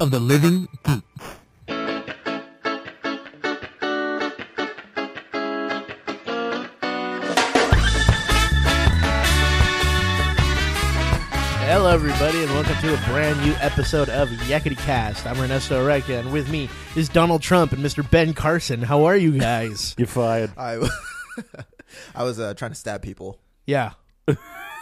of the living geek. Hello, everybody, and welcome to a brand new episode of Yakety Cast. I'm Ernesto Oreca, and with me is Donald Trump and Mr. Ben Carson. How are you guys? You're fired. I, I was uh, trying to stab people. yeah.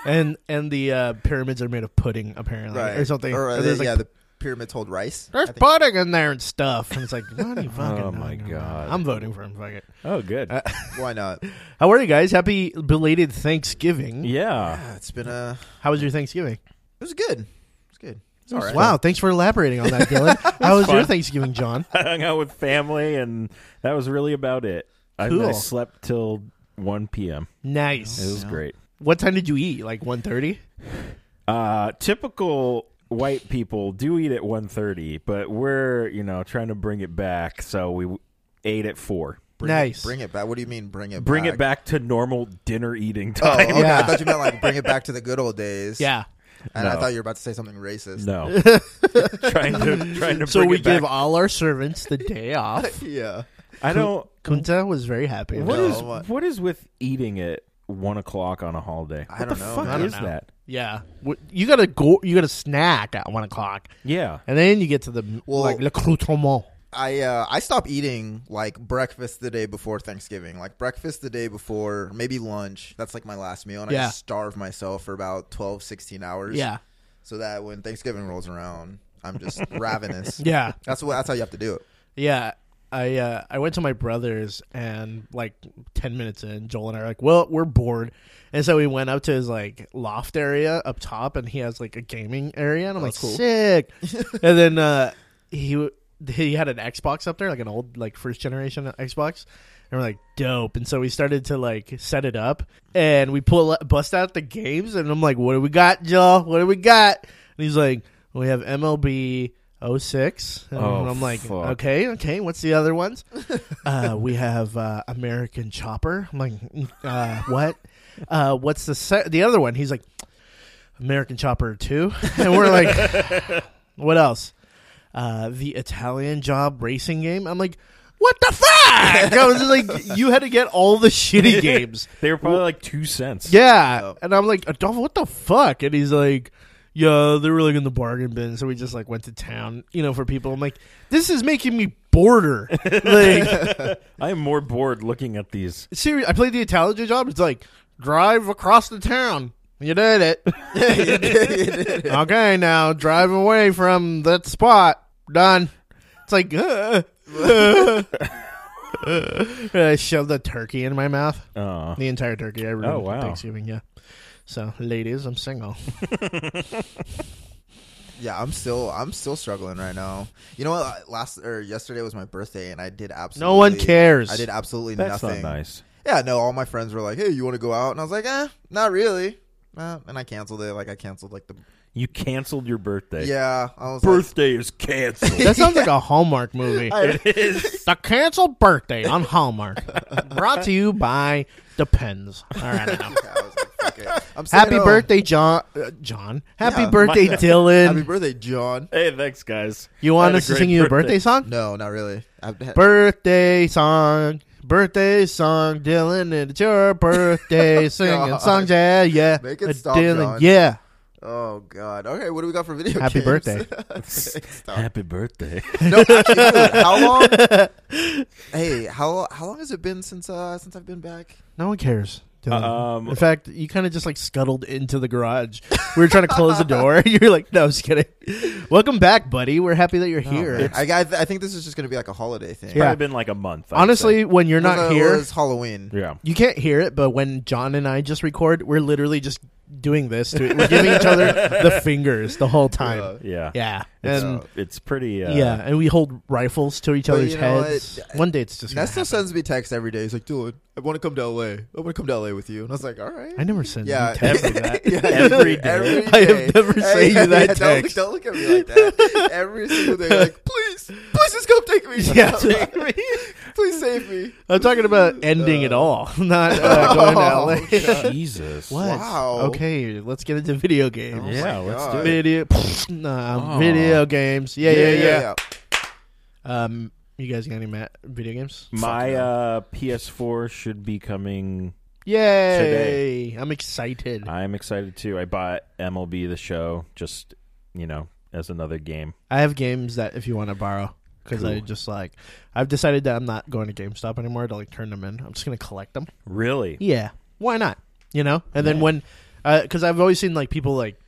And and the uh, pyramids are made of pudding, apparently, or something. Or, uh, Or there's, like, yeah, the pyramids hold rice. there's pudding in there and stuff. And it's like, what are you fucking Oh, my talking about? God. I'm voting for him. Fuck it. Oh, good. Why not? How are you guys? Happy belated Thanksgiving. yeah. Uh, It's been uh How was your Thanksgiving? It was good. It's good. It's all right. Wow, thanks for elaborating on that, Dylan. How was your Thanksgiving, John? I hung out with family, and that was really about it. I, Cool. I slept till 1 p.m. It Nice. was great. What time did you eat? Like 1.30? Uh, typical white people do eat at 1.30, but we're, you know, trying to bring it back, so we w- ate at 4. Bring nice. It, bring it back. What do you mean bring it Bring back? it back to normal dinner eating Oh, time. okay. Yeah. I thought you meant like bring it back to the good old days. Yeah. And I No. thought you were about to say something racist. No. trying to trying to So bring we it back. give all our servants the day off. Yeah. I don't Kunta was very happy. What No, is what- what is with eating at one o'clock on a holiday? I what don't the know, fuck man. I don't is know. that? Yeah, What- you got to go. You got to snack at one o'clock, Yeah, and then you get to the Well- like le croutonnant. I uh I stopped eating like breakfast the day before Thanksgiving. Like breakfast the day before, maybe lunch. That's like my last meal and Yeah. I just starve myself for about 12 16 hours. Yeah, So that when Thanksgiving rolls around, I'm just ravenous. yeah, That's what that's how you have to do it. yeah. I uh, I went to my brother's, and like ten minutes in, Joel and I are like, "Well, we're bored," and so we went up to his like loft area up top, and he has like a gaming area, and Oh, I'm like, cool. "Sick!" and then uh, he w- he had an Xbox up there, like an old like first generation Xbox, and we're like, "Dope!" And so we started to like set it up, and we pull bust out the games, and I'm like, "What do we got, Joel? What do we got?" And he's like, "We have MLB." 06 and Oh, I'm like fuck. okay okay what's the other ones uh, we have uh, American Chopper I'm like uh, what uh, what's the se- the other one he's like American Chopper 2 and we're like what else uh, the Italian job racing game. I'm like, what the fuck? I was just like, you had to get all the shitty games. they were probably like two cents. Yeah. And I'm like, Adolfo, what the fuck? And he's like, yeah, they were like in the bargain bin. So we just like went to town, you know, for people. I'm like, this is making me border. like, I am more bored looking at these. seriously, I played the Italian job. It's like, drive across the town. You did it. okay, now drive away from that spot. Done. It's like, uh, uh. And I shoved the turkey in my mouth. Uh, The entire turkey. I remember Oh, wow. Thanksgiving, yeah. So, ladies, I'm single. Yeah, I'm still I'm still struggling right now. You know what? Last or yesterday was my birthday, and I did absolutely No one cares. I did absolutely that's nothing. not nice. Yeah, no. All my friends were like, "Hey, you want to go out?" And I was like, "Eh, not really." Uh, and I canceled it. Like I canceled like the You canceled your birthday. yeah. I was birthday is canceled. That sounds like a Hallmark movie. like, it is. the canceled birthday on Hallmark. Brought to you by Depends. All right, I know. Yeah, I was like, "Fuck it." I'm "Oh, staying Happy home. birthday, John. Uh, John. Happy Yeah. birthday, Dylan. Happy birthday, John. Hey, thanks, guys. you want I had us to great sing you a birthday song? No, not really. I've, Birthday song. Birthday song, Dylan. and It's your birthday singing Oh God. songs. Yeah, yeah. Make it Uh, stop, Dylan. John. Yeah. oh God. Okay, what do we got for video? Happy games? birthday. Stop. Happy birthday. No, actually, dude, how long? hey, how how long has it been since uh since I've been back? No one cares. Dylan. Um, In fact, you kind of just like scuttled into the garage. We were trying to close the door. You're like, no, just kidding. Welcome back, buddy. We're happy that you're here. I, I I think this is just gonna be like a holiday thing. Yeah. Probably been like a month. I'd Honestly, when you're Well, not no, here, It was Halloween. say. Yeah. you can't hear it. But when John and I just record, we're literally just doing this. To, we're giving each other the fingers the whole time. Yeah. Yeah, It's, and it's pretty. Uh, yeah. and we hold rifles to each But other's you know heads. what? One day it's just. gonna Nestle sends me text every day. He's like, "Dude, I want to come to LA. I want to come to LA with you." And I was like, "All right." happen. I never send yeah, you text like that. Yeah, Every day. every I have day. never sent you that Yeah, don't- text. Don't, look at me like that. Every single day, like, please, please just come take me. Yeah, take me. Please save me. I'm talking about ending it all, not uh, going Oh, to LA. Jesus. what? Oh Wow. Okay, let's get into video games. Yeah, let's do God. it. Video, nah, video games. Yeah, yeah, yeah. Um, you guys got any ma- video games? My uh, PS4 should be coming. Yay! Today. I'm excited. I'm excited too. I bought MLB The Show just, you know, as another game. I have games that if you want to borrow, because I Cool. just like I've decided that I'm not going to GameStop anymore to like turn them in. I'm just gonna collect them. Really? Yeah, why not? You know. And then when, because I've always seen like people like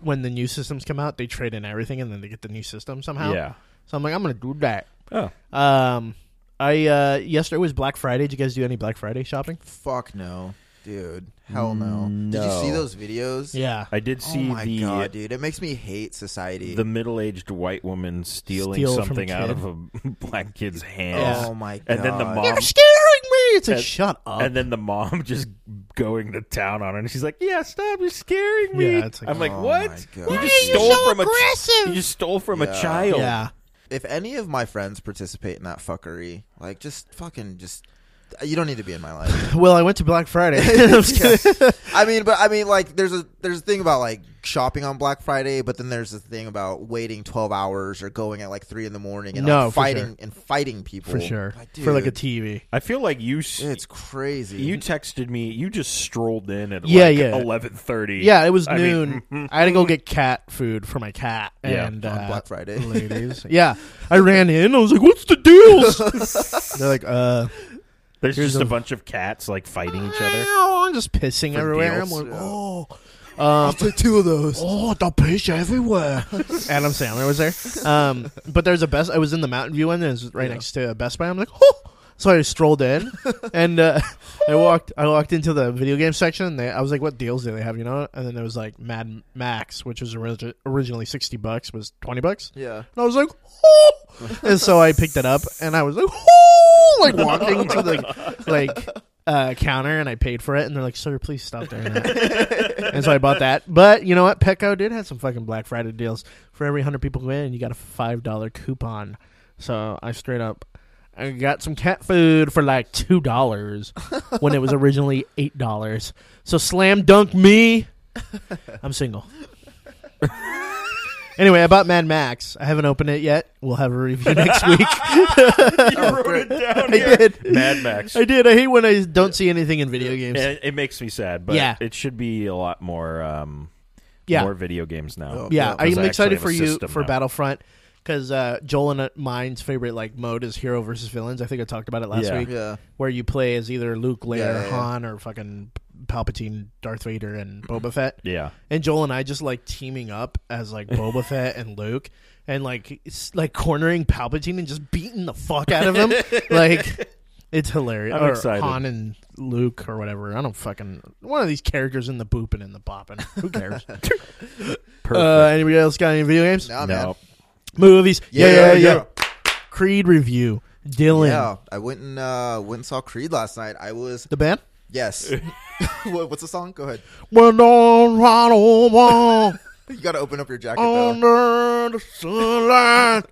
when the new systems come out, they trade in everything and then they get the new system somehow. Yeah. So I'm like, I'm gonna do that. Oh. Um, I uh yesterday was Black Friday. Did you guys do any Black Friday shopping? Fuck no, dude. Hell no. Did you No. see those videos? Yeah. I did Oh see my the god, dude! It makes me hate society. the middle-aged white woman stealing Steal from something a out kid. of a black kid's hand. Yeah. Oh my god! And then the mom You're scaring me. It's like And- shut up. and then the mom just going to town on her and she's like, "Yeah, stop, you're scaring me." Yeah, it's like, I'm like, oh "What? my God. You Why just are you stole so from a ch- aggressive?" you just stole from a Yeah. child." yeah. If any of my friends participate in that fuckery, like just fucking just, you don't need to be in my life. Well, I went to Black Friday. I'm just kidding. I mean, but I mean, like, there's a there's a thing about like shopping on Black Friday, but then there's a thing about waiting 12 hours or going at like three in the morning and No, like, for fighting sure. and fighting people for sure. Like, for like a dude, TV. I feel like you s- It's crazy. you texted me. You just strolled in at Yeah, like yeah. 11:30. Yeah, it was I noon. mean, mhm. I had to go get cat food for my cat. Yeah. and on uh, Black Friday. ladies. yeah, I ran in. I was like, "What's the deals?" They're like, "Uh, There's Here's just a- a bunch of cats like fighting each other. meow, I'm just pissing For everywhere." deals. I'm like, Yeah. "Oh." Um, Take two of those. oh, the piss everywhere. Adam Sandler was there. Um, but there's a best. I was in the Mountain View one. And it was right next to a Best Buy. I'm like, oh. So I strolled in, and uh, I walked. I walked into the video game section. And they, I was like, what deals do they have? You know? And then there was like Mad Max, which was orig- originally sixty bucks, was twenty bucks. Yeah. And I was like, oh. And so I picked it up and I was like, oh, like walking to the like uh, counter and I paid for it. And they're like, sir, please stop doing that. and so I bought that. But you know what? Petco did have some fucking Black Friday deals. For every 100 people who win, you got a $5 coupon. So I straight up. I got some cat food for like two dollars when it was originally eight dollars. So slam dunk me. I'm single. Anyway, I bought Mad Max. I haven't opened it yet. We'll have a review next week. you wrote it down I here. did. Mad Max. I did. I hate when I don't see anything in video games. It, it makes me sad, but Yeah. it should be a lot more um, Yeah. more video games now. Oh, yeah, yeah, I'm 'cause I actually excited have a for you system for now. Battlefront because uh, Joel and uh, mine's favorite like mode is hero versus villains. I think I talked about it last Yeah. week, Yeah. where you play as either Luke, Leia, Yeah, yeah, yeah. Han, or fucking Palpatine, Darth Vader, and Boba Fett. Yeah. and Joel and I just like teaming up as like Boba Fett and Luke, and like s- like cornering Palpatine and just beating the fuck out of him. like it's hilarious. I'm or excited. Han and Luke or whatever. I don't fucking one of these characters in the booping and the bopping. Who cares? uh, anybody else got any video games? Nah, man. No. Movies? Yeah, yeah, yeah. yeah. Creed review. Dylan, Yeah, I went and uh, went and saw Creed last night. I was the band. yes. What- What's the song? Go ahead. We're on Ronald Wong. You got to open up your jacket Oh, though. Under the sunlight,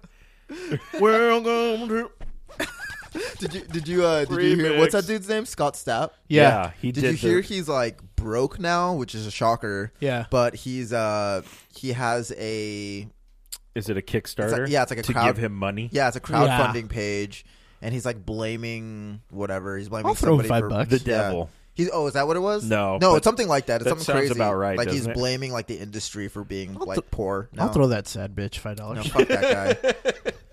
we're going to. Did you did you uh, did you hear what's that dude's name? Scott Stapp. Yeah. he Did, did. you hear the- he's like broke now, which is a shocker. Yeah. But he's uh he has a is it a Kickstarter? yeah, it's like a to crowd- give him money. yeah, it's a crowdfunding page and he's like blaming whatever. He's blaming I'll throw somebody five for bucks. the yeah. devil. He's oh, is that what it was? No, No, but it's something like that. It's that something sounds crazy. about right, Like he's doesn't it? blaming like the industry for being like th- poor. No. I'll throw that sad bitch five dollars. Fuck that guy.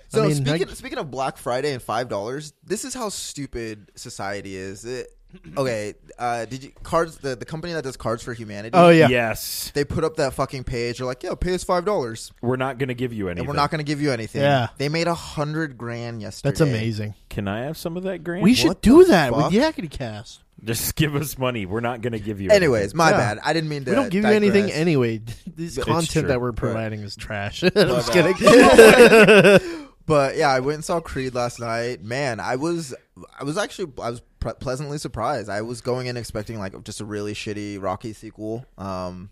So I mean, speaking I- speaking of Black Friday and five dollars, this is how stupid society is. It, okay, uh, did you cards the, the company that does Cards for Humanity? Oh yeah. Yes, they put up that fucking page. They're like, yeah, pay us five dollars, we're not going to give you anything. and we're not going to give you anything. Yeah. they made a hundred grand yesterday. that's amazing. Can I have some of that grant? We should What do the that fuck? with Yakety Cast. just give us money. We're not going to give you. Anyways, my Yeah. bad. I didn't mean to. We don't give you digress. anything anyway. This It's content true. that we're providing is trash. I'm uh, just kidding. But yeah, I went and saw Creed last night. Man, I was I was actually I was pre- pleasantly surprised. I was going in expecting like just a really shitty Rocky sequel. Um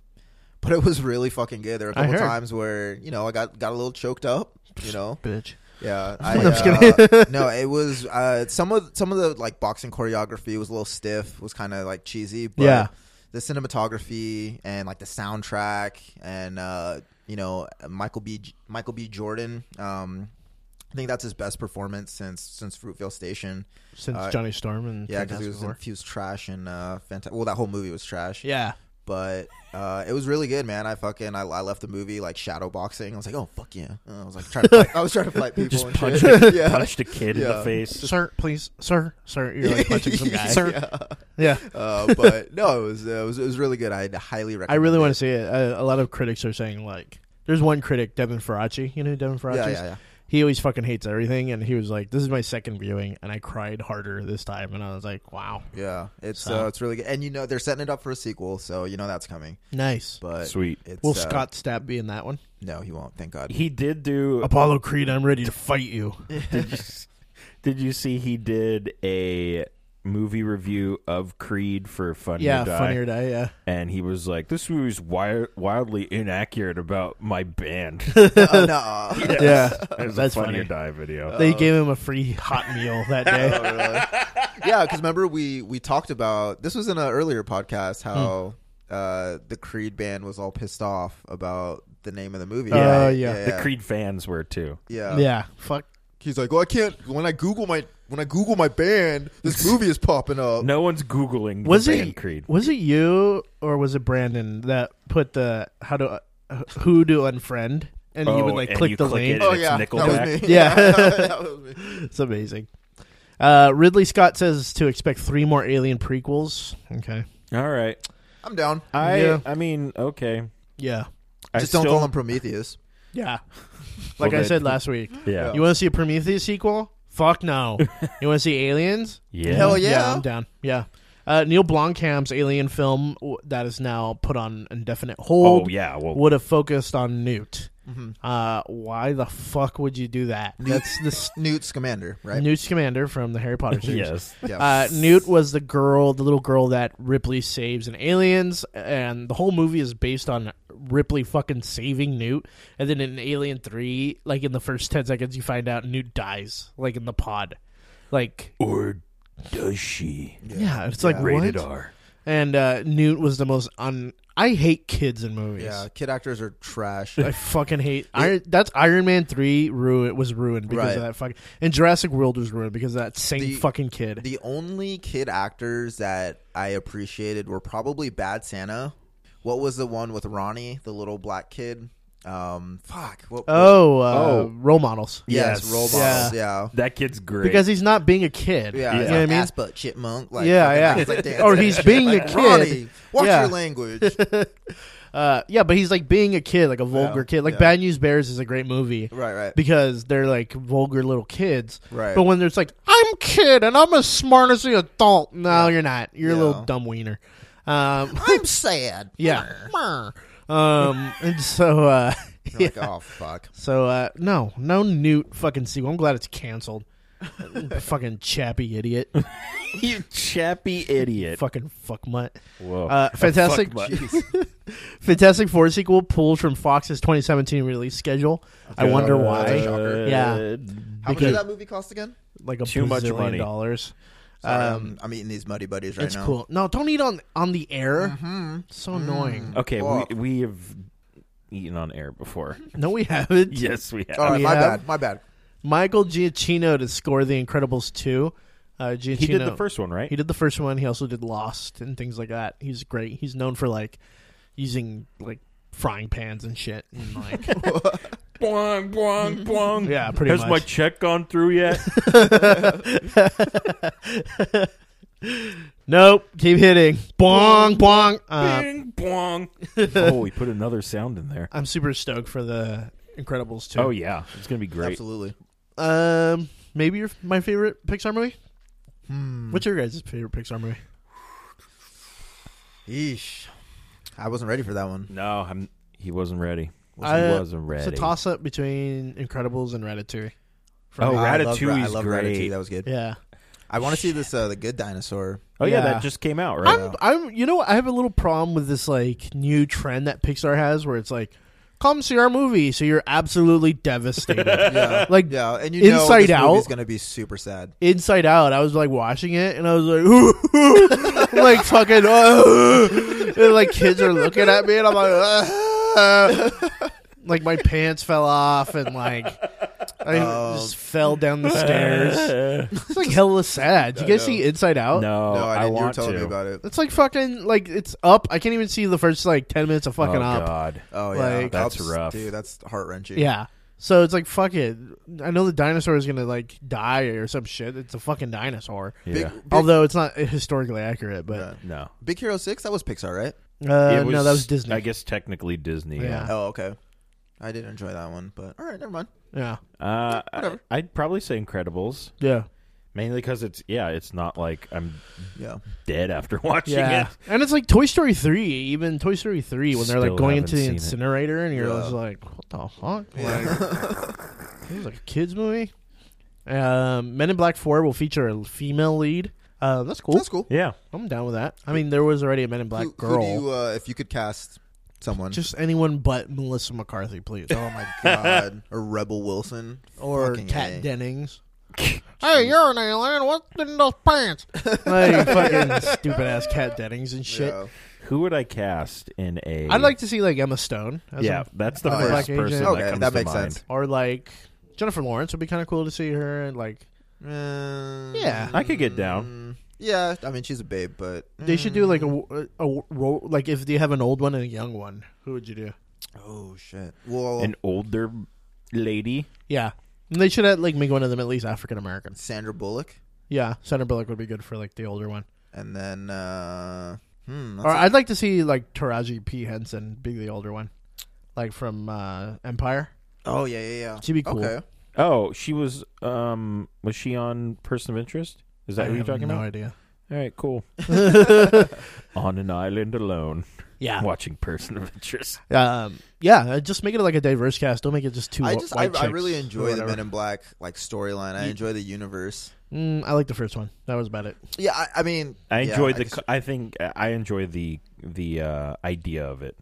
but it was really fucking good. There were a I couple heard. times where, you know, I got got a little choked up, you know. Bitch. Yeah, I, I'm just uh, kidding. no, it was uh, some of some of the like boxing choreography was a little stiff, was kind of like cheesy. But Yeah. the cinematography and like the soundtrack and uh, you know Michael B. J- Michael B. Jordan. Um, I think that's his best performance since since Fruitvale Station. since Uh, Johnny Storm and Yeah, because he Fantastic was Four. infused trash and uh, fanta- well, that whole movie was trash. yeah. but uh, it was really good, man. I fucking I, I left the movie like shadow boxing. I was like, oh fuck yeah! And I was like trying to fight, I was trying to fight people. Just and punched shit. a, yeah. punched a kid in the Yeah. face. Sir, please, sir, sir, you're like punching some guy. Sir. Yeah, Uh, but no, it was, uh, it was it was really good. I'd highly recommend. I really it. want to see it. A, a lot of critics are saying like, there's one critic, Devin Faraci. You know who Devin Faraci? Yeah, is? yeah, yeah. He always fucking hates everything, and he was like, "This is my second viewing, and I cried harder this time." And I was like, "Wow, Yeah, it's So- uh, it's really good, and you know they're setting it up for a sequel, so you know that's coming. nice." But Sweet. it's, Will uh, Scott Stapp be in that one? No, he won't. Thank God. He did do. Apollo Creed, I'm ready to fight you. Did you, did you see he did a movie review of Creed for Fun yeah, or Die? funnier die. Yeah, and he was like, "This movie's wi- wildly inaccurate about my band." oh, no. yeah, It was that's a funny funny. or die video. They gave him a free hot meal that day. Oh, really? Yeah, because remember we we talked about this was in an earlier podcast how Hmm. uh, the Creed band was all pissed off about the name of the movie. Oh, right? yeah. yeah, The Creed fans were too. Yeah. yeah, fuck. he's like, well, I can't. When I Google my when I Google my band, this movie is popping up. No one's googling the was band it Creed. was it you or was it Brandon that put the how to uh, who to unfriend and you would Oh, like and click you the link? click it. Oh It's yeah, that was Nickelback. me. Yeah. that was me. It's amazing. Uh, Ridley Scott says to expect three more Alien prequels. Okay. All right, I'm down. I Yeah. I mean, okay. Yeah. I Just still, don't call him Prometheus. Yeah. Like Well, Oh. I they- said last week, Yeah, you want to see a Prometheus sequel? Fuck no. you want to see Aliens? yeah. Hell yeah. I'm down. Yeah. Uh, Neil Blomkamp's Alien film w- that is now put on indefinite hold Oh yeah. Well, would have focused on Newt. Uh, why the fuck would you do that? That's the s- Mm-hmm. Newt Scamander, right? Newt Scamander from the Harry Potter series. yes. Yeah. Uh, Newt was the girl, the little girl that Ripley saves in Aliens, and the whole movie is based on Ripley fucking saving Newt. And then in Alien Three, like in the first ten seconds, you find out Newt dies, like in the pod, like Or does she? yeah, it's like Rated what? R. And uh, Newt was the most un. I hate kids in movies. yeah, kid actors are trash. I fucking hate Iron. That's Iron Man three. Ru it was ruined because of Right. that fucking. And Jurassic World was ruined because of that same The- fucking kid. The only kid actors that I appreciated were probably Bad Santa. What was the one with Ronnie, the little black kid? Um, fuck. What, oh, uh, Oh. role models. yes, yes. role models. Yeah, That kid's great. because he's not being a kid. yeah. you know what I mean. Ass butt chipmunk. Like, Yeah, fucking- yeah. he's like dancing Or he's and shit. being a Like, kid. Ronnie, watch Yeah. your language. Uh, yeah, but he's like being a kid, like a vulgar Yeah, kid. Like yeah. Bad News Bears is a great movie right, right, because they're like vulgar little kids. right. But when there's like, I'm kid and I'm as smart as an adult. No, you're not. You're a Yeah. little dumb wiener. Um, I'm sad. yeah. um, and so, uh, You're like, oh fuck. so uh, no, no Newt fucking sequel. I'm glad it's canceled. fucking chappy idiot. you chappy idiot. fucking fuck mutt. Whoa. Uh, fantastic. Fuck mutt. Jeez. Fantastic Four sequel pulled from Fox's 2017 release schedule. I wonder why. Shocker. Yeah. How much Because- um, did that movie cost again? Like a Too much bazillion money. dollars. Sorry, Um, I'm, I'm eating these muddy buddies right it's now. cool. No, don't eat on on the air. So annoying. Okay, Fuck. we we have eaten on air before. No, we haven't. yes, we have. All right, We my have- bad. My bad. Michael Giacchino to score The Incredibles 2. Uh, Giacchino, he did the first one, right? He did the first one. He also did Lost and things like that. He's great. He's known for like using like frying pans and shit. And, like, Blong, blong, blong. yeah, pretty Has much. my check gone through yet? nope. Keep hitting. Bong bong. Uh, Bing, blong. oh, we put another sound in there. I'm super stoked for the Incredibles too. Oh yeah, it's gonna be great. Absolutely. Um, maybe your my favorite Pixar movie. What's your guys' favorite Pixar movie? Yeesh. I wasn't ready for that one. No, I'm. He wasn't ready. I- he wasn't ready. It's a toss up between Incredibles and Ratatouille. oh, I love Ra- Ratatouille's I love great. Ratatouille. That was good. Yeah, I want to see this uh, the Good Dinosaur. oh yeah, Yeah. that just came out, right? I'm. I'm. You know, what? I have a little problem with this like new trend that Pixar has, where it's like come see our movie. So you're absolutely devastated. Yeah. Like yeah, and you know Inside this Out? movie's gonna be super sad. Inside Out, I was like watching it and I was like, like fucking, and, like kids are looking at me and I'm like, like my pants fell off and like I Oh. just fell down the stairs. It's like hella sad. Did you guys know. see Inside Out? no, No, I, I, didn't. you were want telling to. me about it. It's like fucking like it's up. I can't even see the first like ten minutes of fucking oh, up. God. Oh yeah, Like- That's rough. dude. That's heart wrenching. Yeah. So it's like fuck it. I know the dinosaur is gonna like die or some shit. It's a fucking dinosaur. Yeah. Big, big- Although it's not historically accurate, but Yeah. no. Big Hero Six, that was Pixar, right? Uh, It no, that was Disney. I guess technically Disney. Yeah. Oh, okay. I did enjoy that one, but all right, never mind. Yeah, Uh, I, Whatever. I'd probably say Incredibles, yeah, mainly because it's yeah, it's not like I'm Yeah, dead after watching yeah. it. And it's like Toy Story three. Even Toy Story three, when they're Still like going haven't into the seen it. incinerator, and you're Yeah. just like, what the fuck? Like, this is like a kids movie. Um, Men in Black four will feature a female lead. Uh, that's cool. that's cool. Yeah, I'm down with that. I mean, there was already a Men in Black who, girl. Who do you, uh, if you could cast someone, Just anyone but Melissa McCarthy, please. oh my god, or Rebel Wilson, or Fucking Kat A. Dennings. Hey, you're an alien. What's in those pants? Like fucking stupid ass Kat Dennings and shit. Yeah. who would I cast in a? I'd like to see like Emma Stone. As Yeah, a- that's the Oh, yeah. first Black person Agent. that Okay, comes that to makes mind. sense. or like Jennifer Lawrence would be kind of cool to see her. And like Um, Yeah. I could get down. Yeah, I mean she's a babe, but mm. they should do like a, a, ro- like if they have an old one and a young one, who would you do? oh shit. Well, An older lady. Yeah, and they should have, like make one of them at least African Americans. Sandra Bullock, Yeah, Sandra Bullock would be good for like the older one. and then uh, hmm, that's Or a- I'd like to see like Taraji P Henson be the older one, like from uh, Empire. oh yeah, yeah, yeah. She'd be cool. Okay. Oh, she was. Um, was she on Person of Interest? Is I that who you're have talking no about? idea. All right, cool. on an island alone, Yeah, watching Person of Interest. um, yeah. uh, Just make it like a diverse cast. Don't make it just two. I wh- just I, white I chicks really or enjoy the whatever. Men in Black like storyline. I enjoy the universe. Mm, I like the first one. That was about it. Yeah, I, I mean, I yeah, enjoyed the. guess- co- I think I enjoy the the uh, idea of it.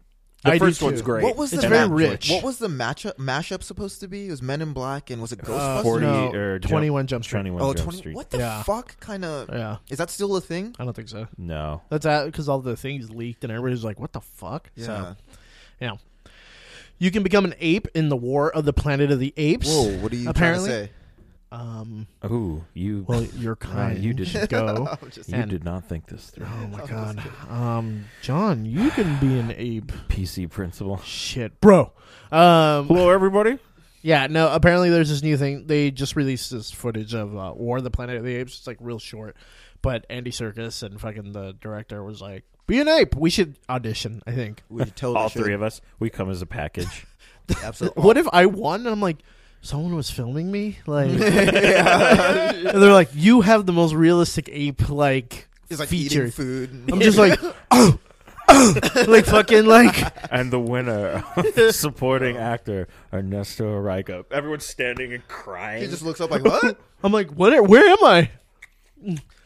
I The do first one's too. great. What was It's the very matchup- rich. What was the matchup mashup supposed to be? It was Men in Black and was Uh, it Ghostbusters? 40 no, or jump- 21 Jump Street. Twenty One oh, Jump 20 Street? Uh, What the Yeah. fuck kind of Yeah, is that still a thing? I don't think so. No, That's out because all the things leaked and everybody's like, "What the fuck?" So, yeah. You can become an ape in the War of the Planet of the Apes. Whoa, what are you Apparently- trying to say? Um. Ooh, you Well, you're kind. you didn't. should go. I'm just- you and- did not think this through. Oh my god. Um, John, you can be an ape. PC principal. Shit, bro. Um, Hello, everybody. yeah, no. Apparently, there's this new thing. They just released this footage of uh, War of the Planet of the Apes. It's like real short, but Andy Circus and fucking the director was like, "Be an ape. We should audition." I think. We totally All three of us. We come as a package. absolutely. What if I won and I'm like, someone was filming me? Like, and they're like, you have the most realistic ape like It's like feature. eating food. and- I'm just like, oh, oh, like fucking like, and the winner, of supporting actor Ernesto Arrigo. Everyone's standing and crying. he just looks up like what? I'm like, what? Are, where am I?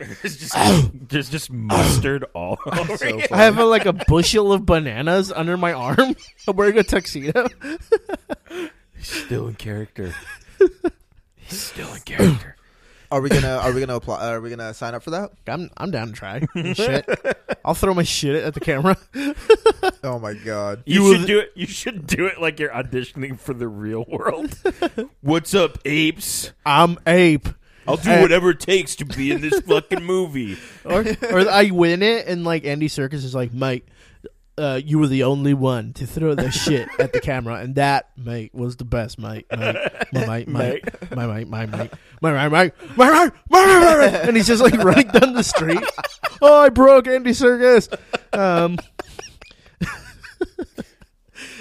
It's just, Oh, just, just mustard all over. So you. funny. I have a, like a bushel of bananas under my arm. I'm wearing a tuxedo. Still in character. He's still in character. Are we gonna Are we gonna apply? Are we gonna sign up for that? I'm I'm down to try and shit. I'll throw my shit at the camera. Oh my god. You, You should will- do it. You should do it like you're auditioning for the real world. What's up, apes? I'm ape. I'll do Uh, whatever it takes to be in this fucking movie. Oh, or, or I win it, and like Andy Circus is like, Mike, uh, you were the only one to throw the shit at the camera, and that mate was the best, mate, mate, my mate, mate, my mate, my mate, my mate, my mate, my mate, my mate, my mate, and he's just like running down the street. Oh, I broke Andy Circus. Um,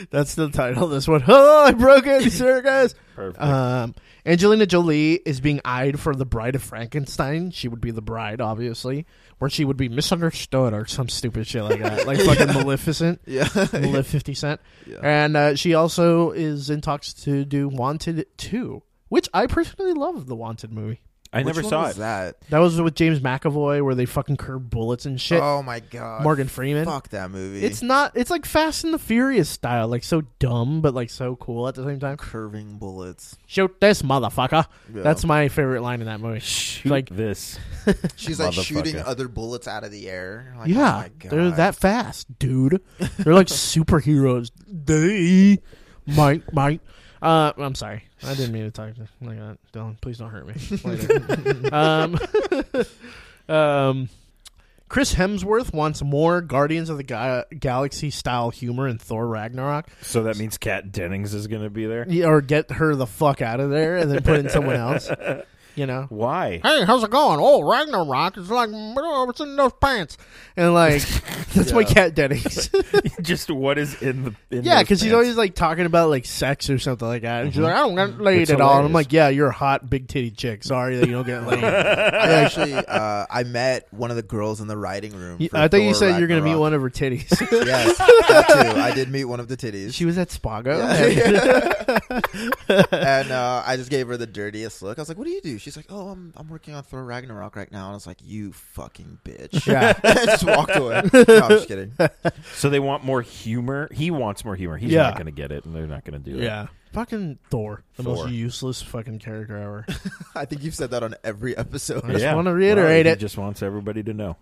that's the title of this one. Oh, I broke Andy Circus. Perfect. Um, Angelina Jolie is being eyed for the Bride of Frankenstein. She would be the bride, obviously, where she would be misunderstood or some stupid shit like that, like fucking Maleficent, Yeah. Malef Fifty Cent. Yeah. And uh, she also is in talks to do Wanted Two, which I personally love the Wanted movie. I Which never one saw was it. That. That was with James McAvoy where they fucking curb bullets and shit. Oh my god. Morgan Freeman. Fuck that movie. It's not. It's like Fast and the Furious style, like so dumb but like so cool at the same time. curving bullets. Shoot this motherfucker. Yeah. That's my favorite line in that movie. Shoot Like- this. She's like Motherfucker. shooting other bullets out of the air. Like, oh yeah, my God. they're that fast, dude. They're like superheroes. They might, might. Uh, I'm sorry, I didn't mean to talk to like that. Dylan, please don't hurt me. Later. um, um, Chris Hemsworth wants more Guardians of the Ga- Galaxy style humor in Thor Ragnarok, So that means Kat Dennings is going to be there. Yeah, or get her the fuck out of there and then put in someone else. You know, Why? Hey, how's it going? Oh, Ragnarok is like, oh, it's in those pants. and like that's my cat Denny's. Just what is in the in Yeah, those because he's pants? Mm-hmm. always like talking about like sex or something like that, and she's like, "I don't get laid It's at all." And I'm hilarious. like, "Yeah, you're a hot big titty chick. Sorry that you don't get laid." I actually, uh, I met one of the girls in the writing room. You- for I thought you Thor said you're gonna meet one Ragnarok. of her titties. Yes, that too. I did meet one of the titties, she was at Spago. and uh, I just gave her the dirtiest look. I was like, "What do you do?" She's like, "Oh, I'm I'm working on Thor Ragnarok right now." And I was like, "You fucking bitch!" Yeah. I just walked away. No, I'm just kidding. So they want more humor. He wants more humor. He's Yeah. not going to get it, and they're not going to do it. yeah, fucking Thor, the Thor. most useless fucking character ever. I think you've said that on every I episode. just Yeah. want to reiterate Well, he it. Just wants everybody to know.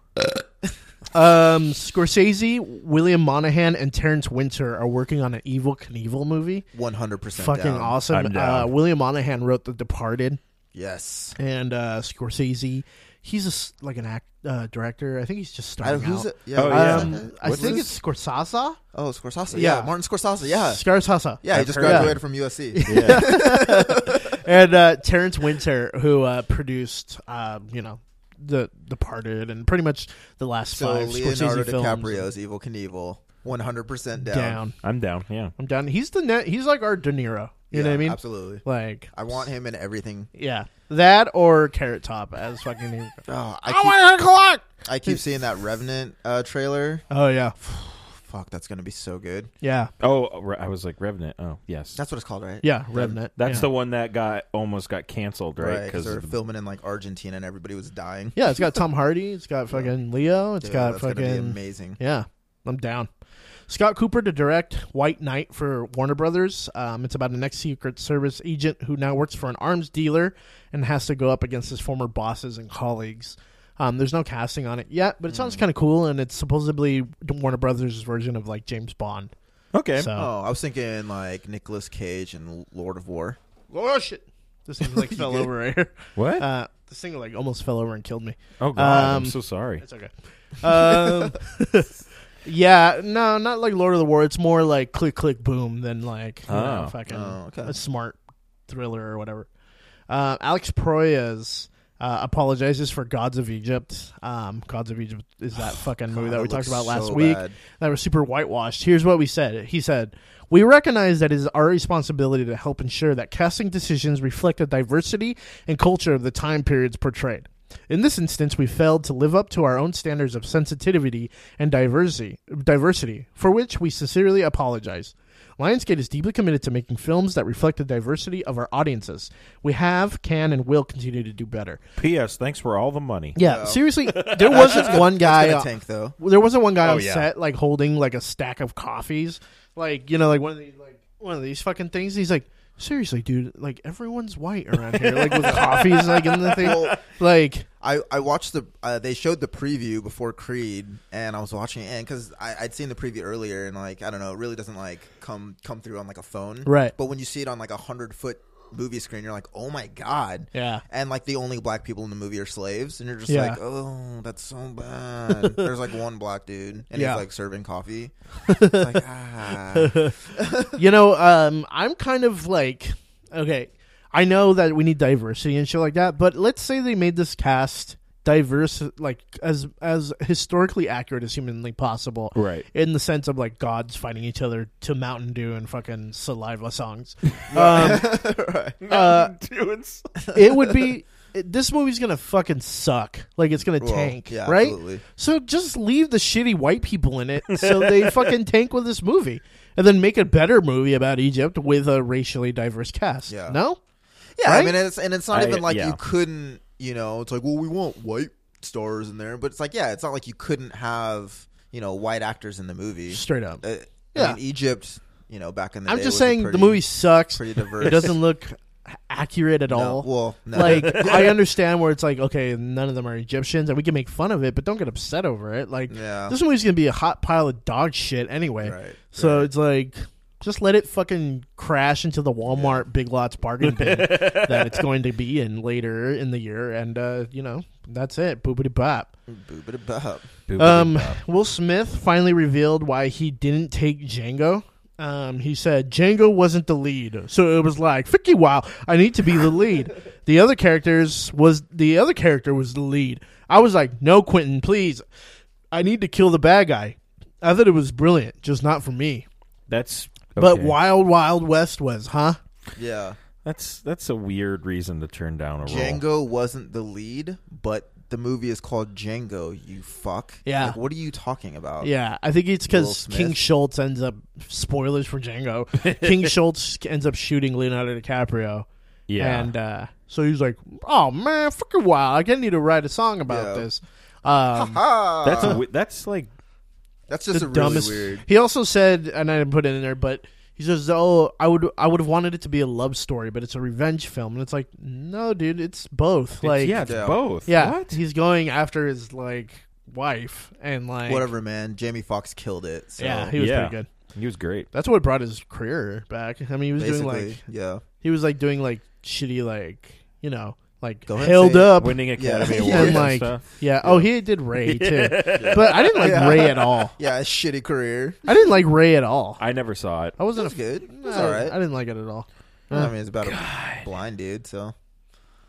Um, Scorsese, William Monahan, and Terrence Winter are working on an Evil Knievel movie. One hundred percent. Fucking down. awesome. I'm down. Uh, William Monahan wrote The Departed. Yes. and uh, Scorsese. He's a s like an act uh, director. I think he's just I, starting Uh, who's out. it? Yeah. Oh, yeah. who's Um, it? I What's think his- it's Scorsese. oh Scorsese. Yeah. Yeah. Martin Scorsese. Yeah. Scorsese. Yeah, he I've just heard of graduated from USC. Yeah. and uh, Terrence Winter, who uh, produced, uh, you know, the Departed and pretty much the last So five Leonardo Scorsese films. DiCaprio's Evil Knievel, one hundred percent down. Down. I'm down. Yeah. I'm down. He's the net. He's like our De Niro. You know what Yeah, I mean? Absolutely. Like, I want him in everything. yeah, that or Carrot Top as fucking. he- Oh, I I keep, want to collect. I keep seeing that Revenant uh, trailer. oh yeah, Fuck, that's gonna be so good. yeah, Oh, re- I was like Revenant. Oh, yes. That's what it's called, right? yeah. Revenant. That's yeah. the one that got almost got canceled, right? right. Because they're filming in like Argentina and everybody was dying. Yeah, it's got Tom Hardy. It's got fucking Leo. It's Dude, got that's gonna be fucking amazing. Yeah, I'm down. Scott Cooper to direct White Knight for Warner Brothers. Um, it's about an ex Secret Service agent who now works for an arms dealer and has to go up against his former bosses and colleagues. Um, there's no casting on it yet, but it Mm. sounds kind of cool, and it's supposedly Warner Brothers' version of like James Bond. okay. So Oh, I was thinking like Nicolas Cage and Lord of War. oh shit, this thing like fell over right here. What? Uh, this thing like almost fell over and killed me. oh God, um, I'm so sorry. It's okay. Um, yeah, no, not like Lord of the War. It's more like click, click, boom than like you know, Oh. fucking Oh, okay. a smart thriller or whatever. Uh, Alex Proyas uh, apologizes for Gods of Egypt. Um, Gods of Egypt is that fucking movie God, that we it talked looks about last so week bad. that was super whitewashed. Here's what we said. He said, "We recognize that it is our responsibility to help ensure that casting decisions reflect the diversity and culture of the time periods portrayed. In this instance, we failed to live up to our own standards of sensitivity and diversity, diversity for which we sincerely apologize." Lionsgate is deeply committed to making films that reflect the diversity of our audiences. We have, can, and will continue to do better. P.S. Thanks for all the money. Yeah, seriously, there wasn't one guy. Gonna uh, tank though. well, there wasn't one guy Oh, on yeah. set like holding like a stack of coffees, like you know, like one of these like one of these fucking things. He's like, seriously, dude, like everyone's white around here, like with coffees, like in the thing, Well, like I, I watched the uh, they showed the preview before Creed and I was watching it and because I'd seen the preview earlier and like I don't know it really doesn't like come come through on like a phone Right. but when you see it on like a hundred foot movie screen you're like oh my god Yeah. and like the only black people in the movie are slaves and you're just Yeah. like oh that's so bad there's like one black dude and Yeah. he's like serving coffee It's like ah you know, um, I'm kind of like, okay, I know that we need diversity and shit like that, but let's say they made this cast diverse, like as as historically accurate as humanly possible, Right. In the sense of like gods fighting each other to Mountain Dew and fucking saliva songs. um, uh, it would be. It, this movie's gonna fucking suck. Like it's gonna Well, tank, yeah, right? absolutely. So just leave the shitty white people in it, so they fucking tank with this movie, and then make a better movie about Egypt with a racially diverse cast. Yeah. No. yeah I Right? mean it's and it's not I- even like yeah. you couldn't you know, it's like, well, we want white stars in there, but it's like, yeah, it's not like you couldn't have, you know, white actors in the movie. Straight up. Uh, Yeah. I mean, Egypt, you know, back in the I'm day just was a saying pretty- the movie sucks. pretty It diverse. doesn't look accurate at no, all. Well, no. like I understand where it's like okay, none of them are Egyptians, and we can make fun of it, but don't get upset over it. Like Yeah. this movie's gonna be a hot pile of dog shit anyway. Right, So it's like just let it fucking crash into the Walmart Big Lots bargain bin that it's going to be in later in the year, and uh, you know that's it. Boopity bop. Boobity bop. Um, Will Smith finally revealed why he didn't take Django. Um, he said Django wasn't the lead, so it was like Ficky Wow, I need to be the lead. the other characters was the other character was the lead. I was like, no, Quentin, please, I need to kill the bad guy. I thought it was brilliant, just not for me. that's But okay. Wild Wild West was, huh? Yeah. That's that's a weird reason to turn down a role. Django wasn't the lead, but the movie is called Django, you fuck. Yeah. Like, what are you talking about? Yeah, I think it's Will because Smith. King Schultz ends up spoilers for Django. King Schultz ends up shooting Leonardo DiCaprio. Yeah, And uh, so he was like, "Oh man, fucking wild! Like, I need to write a song about Yeah. this." Um, Ah, that's a, wi- that's like that's just the a dumbest. really weird. He also said, and I didn't put it in there, but he says, "Oh, I would, I would have wanted it to be a love story, but it's a revenge film." And it's like, no, dude, it's both. it's- Like, yeah, it's Yeah. both. yeah, What? he's going after his like wife and like Whatever, man. Jamie Foxx killed it. So Yeah, he was Yeah. pretty good. He was great. That's what brought his career back. I mean, he was basically, doing like yeah. he was like doing like shitty like you know like Go ahead and held say it. up Winning Academy Yeah. Awards and and like stuff. yeah. oh he did ray too but i didn't like Yeah. ray at all Yeah, a shitty career. i didn't like ray at all I never saw it. i wasn't That's a, good. That's I- all right. i didn't like it at all I mean, it's about a blind dude, so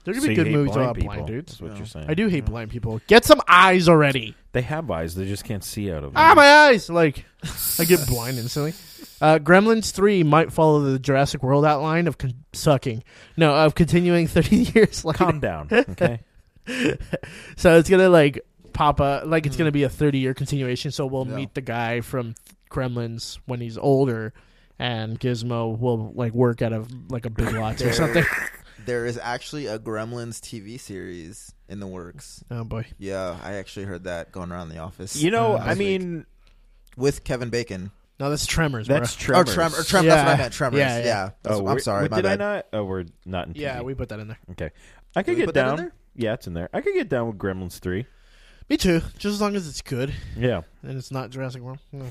there could So be you good hate movies blind about people, blind That's dudes what you're saying. i do hate blind people get some eyes already They have eyes. They just can't see out of them. ah my eyes like i get blind instantly uh, Gremlins 3 might follow the Jurassic World outline of con- sucking. No, of continuing 30 years later. Calm down. Okay. So it's gonna like pop up, like it's gonna be a thirty-year continuation. So we'll Yeah. meet the guy from Gremlins when he's older, and Gizmo will like work out of like a Big Lots or something. there is actually a Gremlins TV series in the works. Oh boy, Yeah, I actually heard that going around the office. You know, Uh, this I week. mean, with Kevin Bacon. no, that's Tremors, that's bro. Or Tremors. Trem or Trem, that's what I meant. Tremors. Yeah, Yeah. yeah. That's- Oh, Oh, I'm we're- sorry. what- My did bad. I not? Oh, we're not in. TV. yeah, we put that in there. Okay. I Did could we get put that in down. there? Yeah, it's in there. I could get down with Gremlins three. Me too. Just as long as it's good Yeah. and it's not Jurassic World. No.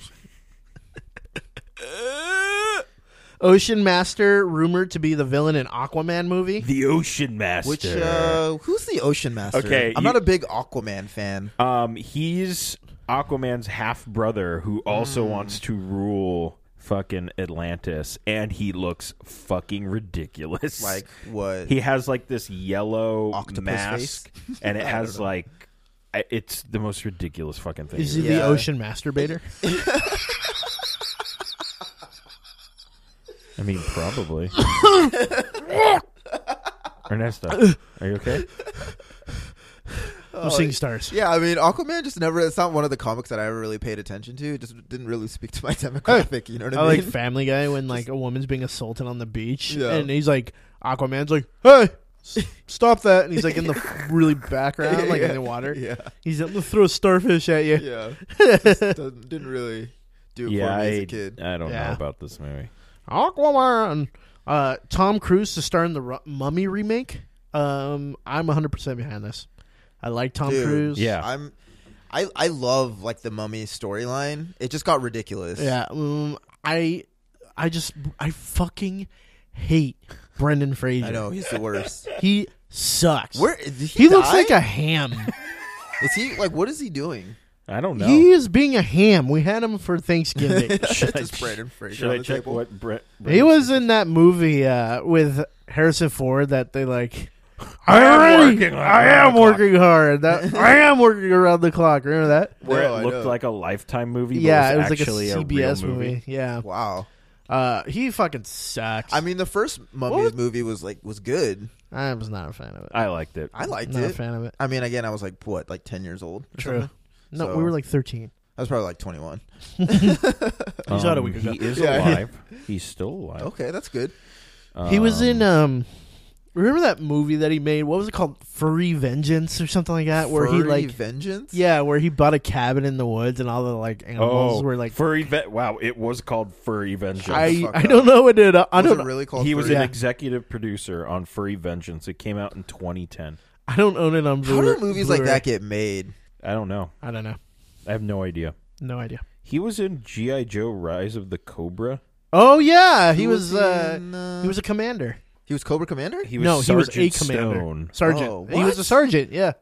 Ocean Master rumored to be the villain in Aquaman movie. The Ocean Master. Which uh, who's the Ocean Master? Okay, I'm you- not a big Aquaman fan. Um, he's Aquaman's half brother who Hmm. also wants to rule fucking Atlantis, and he looks fucking ridiculous. Like what? he has like this yellow Octopus mask, and it has like I- it's the most ridiculous fucking thing. Is he the Yeah. Ocean Masturbator? I mean, probably. Ernesto, are you okay? I'm seeing stars. yeah, I mean Aquaman just never. It's not one of the comics that I ever really paid attention to. It just didn't really speak to my demographic. You know what I, I like mean? Family Guy when like a woman's being assaulted on the beach, Yeah. and he's like Aquaman's like, "Hey, s- stop that!" And he's like in the really background, like in the water. yeah, He's like, "Let's throw a starfish at you." yeah. Just doesn't- didn't really do it yeah, for me I, uh, as a kid. I don't Yeah. know about this movie. Aquaman. Uh, Tom Cruise to star in the Ru- Mummy remake. Um, I'm 100 percent behind this. I like Tom Dude. Cruise. Yeah. I'm. I, I love like the mummy storyline. It just got ridiculous. yeah. Um, I, I just, I fucking hate Brendan Fraser. I know he's the worst. He sucks. Where did he, he looks die? like a ham. Is he like what is he doing? I don't know. He is being a ham. We had him for Thanksgiving. Should I Just Brandon Fraser Should on I the check table. what Brett? he was in that movie uh, with Harrison Ford that they like. I am working. I am working hard. That I am working around the clock. Remember that? Where No, I it looked know. like a Lifetime movie. But yeah, was it was like a actually CBS real movie. Yeah, Wow. uh, he fucking sucks. I i mean, the first Mummies movie was like was good. was not a fan of it. I liked it. I liked not a it. fan of it. I mean, again, I was like what, like ten years old. or True. something? No, So- we were like thirteen. I was probably like twenty one. He's out a week ago. Um, He is Yeah. alive. He's still alive. Oh, uh, Okay, that's good. he was in um, Remember that movie that he made? What was it called? Furry Vengeance or something like that? Where he Furry like, vengeance. yeah, where he bought a cabin in the woods and all the like animals Oh, were like. furry vet. Wow, it was called Furry Vengeance. I fuck I up. don't know what it. uh, I was don't. it really called? he was Furry? an executive producer on Furry Vengeance. It came out in 2010. I don't own it on. How Blu- do movies like Blu-ray. that get made? I don't know. I don't know. I have no idea. No idea. He was in G.I. Joe Rise of the Cobra. Oh yeah, he Who was. Uh, in, uh, he was a commander. he was Cobra Commander. He was no, Sergeant he was a commander. Stone. Sergeant. Oh, he was a what? sergeant. Yeah,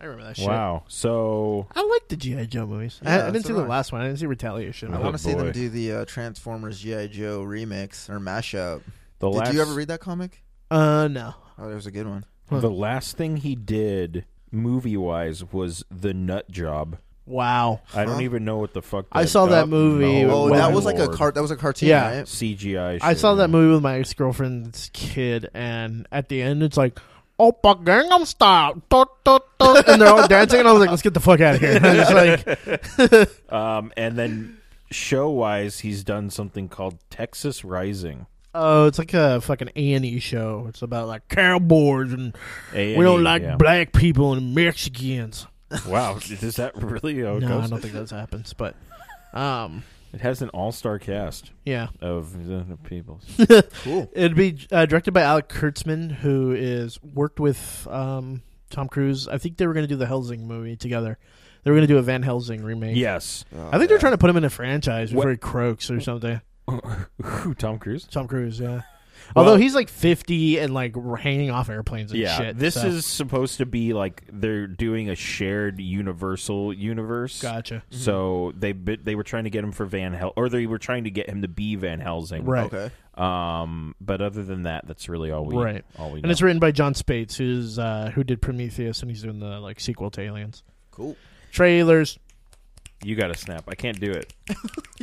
I remember that shit. Wow. So I like the GI Joe movies. Yeah, I, I didn't so see do the I. last one. I didn't see Retaliation. I Oh, want to see them boy. do the uh, Transformers GI Joe remix or mashup. the Did last you ever read that comic? Uh, no. Oh, there's a good one. the last thing he did movie wise was The Nut Job. Wow. I Huh? don't even know what the fuck. I saw that oh, movie. no, Oh, well, that my was like a lord. cart. That was a cartoon, Yeah. right? CGI. I shit, saw yeah. that movie with my ex girlfriend's kid, and at the end, it's like. Opa Gangnam Style, Tut, tut, tut. and they're all dancing, and I was like, "Let's get the fuck out of here!" And I was like, Um, and then show wise, he's done something called Texas Rising. "Oh, it's like a fucking A and E show. It's about like cowboys, and A&E, we don't like E. yeah. black people and Mexicans." Wow, is that really? How it, no, I goes? don't think that happens, but um, it has an all-star cast yeah. of uh, people. Cool. It'd be uh, directed by Alec Kurtzman, who is worked with um, Tom Cruise. I think they were going to do the Helsing movie together. They were going to do a Van Helsing remake. yes, I think they're trying to put him in a franchise before Oh, What- he croaks or something. Who, Tom Cruise. Tom Cruise, yeah. Well- Although he's like fifty and like r- hanging off airplanes and Yeah, shit. this so- is supposed to be like they're doing a shared universal universe. gotcha. So Mm-hmm. they bi- they were trying to get him for Van Hel, or they were trying to get him to be Van Helsing, Right. Okay. Um, but other than that, that's really all we Right. all we know. And it's written by John Spates, who's uh, who did Prometheus, and he's doing the like sequel to Aliens. Cool. Trailers, you got to snap. I can't do it.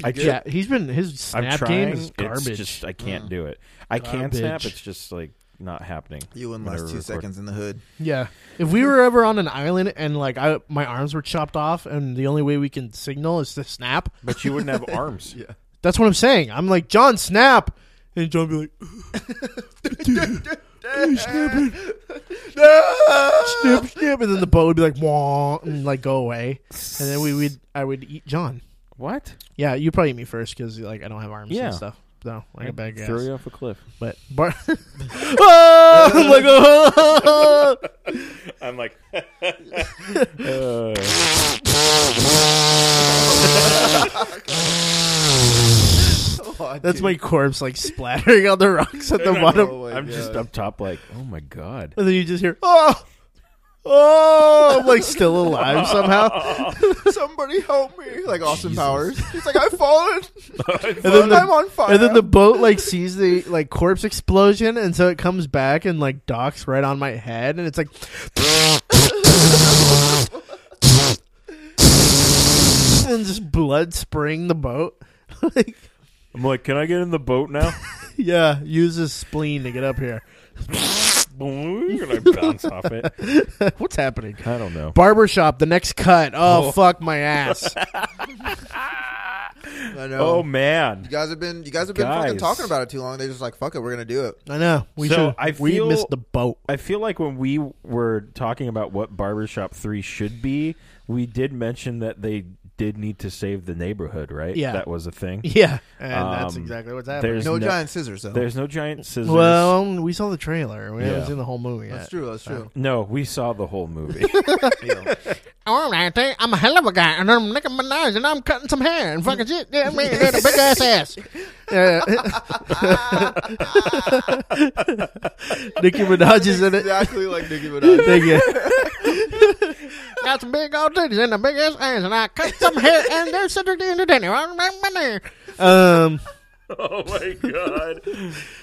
I did? just, yeah. He's been his I'm snap trying. game is garbage. It's just I can't do it. I can snap. Garbage. It's just like not happening. You and whenever last we two record. seconds in the hood. Yeah. If we were ever on an island and like I my arms were chopped off and the only way we can signal is to snap, But you wouldn't have arms. yeah. that's what I'm saying. I'm like, John, snap and John be like "Hey, snap it. Snap, snap, and then the boat would be like, "Wah," and like go away, and then we would, I would eat John. What? Yeah, you probably eat me first because like I don't have arms Yeah. and stuff. No, like a bad guy. Throw you off a cliff. But bar- oh, I'm like, oh. I'm like. That's my corpse like splattering on the rocks at the bottom. I'm just up top, like, oh my god. And then you just hear, oh, oh, I'm like still alive somehow. Somebody help me! Like Austin Powers. He's like, I've fallen. And then, I'm the, on fire. and then the boat like sees the like corpse explosion, and so it comes back and like docks right on my head, and it's like, and just blood spraying the boat. like, I'm like, can I get in the boat now? yeah, use his spleen to get up here. and I bounce off it. What's happening? I don't know. Barbershop, the next cut. Oh, fuck my ass. I know. Oh you man. guys have been you guys have been fucking Guys. talking about it too long. They just like fuck it, we're gonna do it. I know. We So, should. I we feel- missed the boat. I feel like when we were talking about what Barbershop 3 should be, we did mention that they did need to save the neighborhood, right? Yeah. That was a thing. Yeah, and that's Um, exactly what's happening. There's No, no- giant scissors though. There's no giant scissors. Well, we saw the trailer. We haven't Yeah. seen the whole movie yet. that's true. That's true. no, we saw the whole movie. All right, eh, I'm a hell of a guy, and I'm nicking my nose, and I'm cutting some hair, and fucking shit. Yeah, man, I got a big ass ass. Yeah. Nicki Minaj is in it. exactly like Nicki Minaj. Thank you. Got some big old titties and a big ass ass, and I cut some hair, and they're sitting in the dinner. All right, my name. Um, oh my god.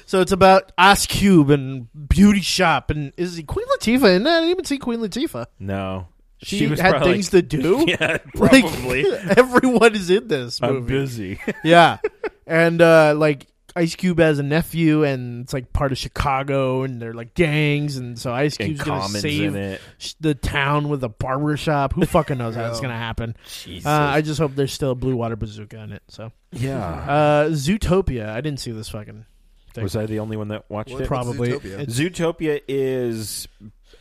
so it's about Ice Cube and Beauty Shop, and is it Queen Latifah in that? I didn't even see Queen Latifah. No. She, had probably- things to do. Yeah, Like, probably. everyone is in this I'm movie. busy. yeah, and uh, like Ice Cube has a nephew, and it's like part of Chicago, and they're like gangs, and so Ice and Cube's gonna Common's in save it. sh- the town with a barber shop. Who fucking knows how that's gonna happen? Jesus. Uh, I just hope there's still a Blue Water Bazooka in it. So yeah. uh, Zootopia, I didn't see this fucking Was I the only one that watched What- it? Probably. Zootopia? It's- Zootopia is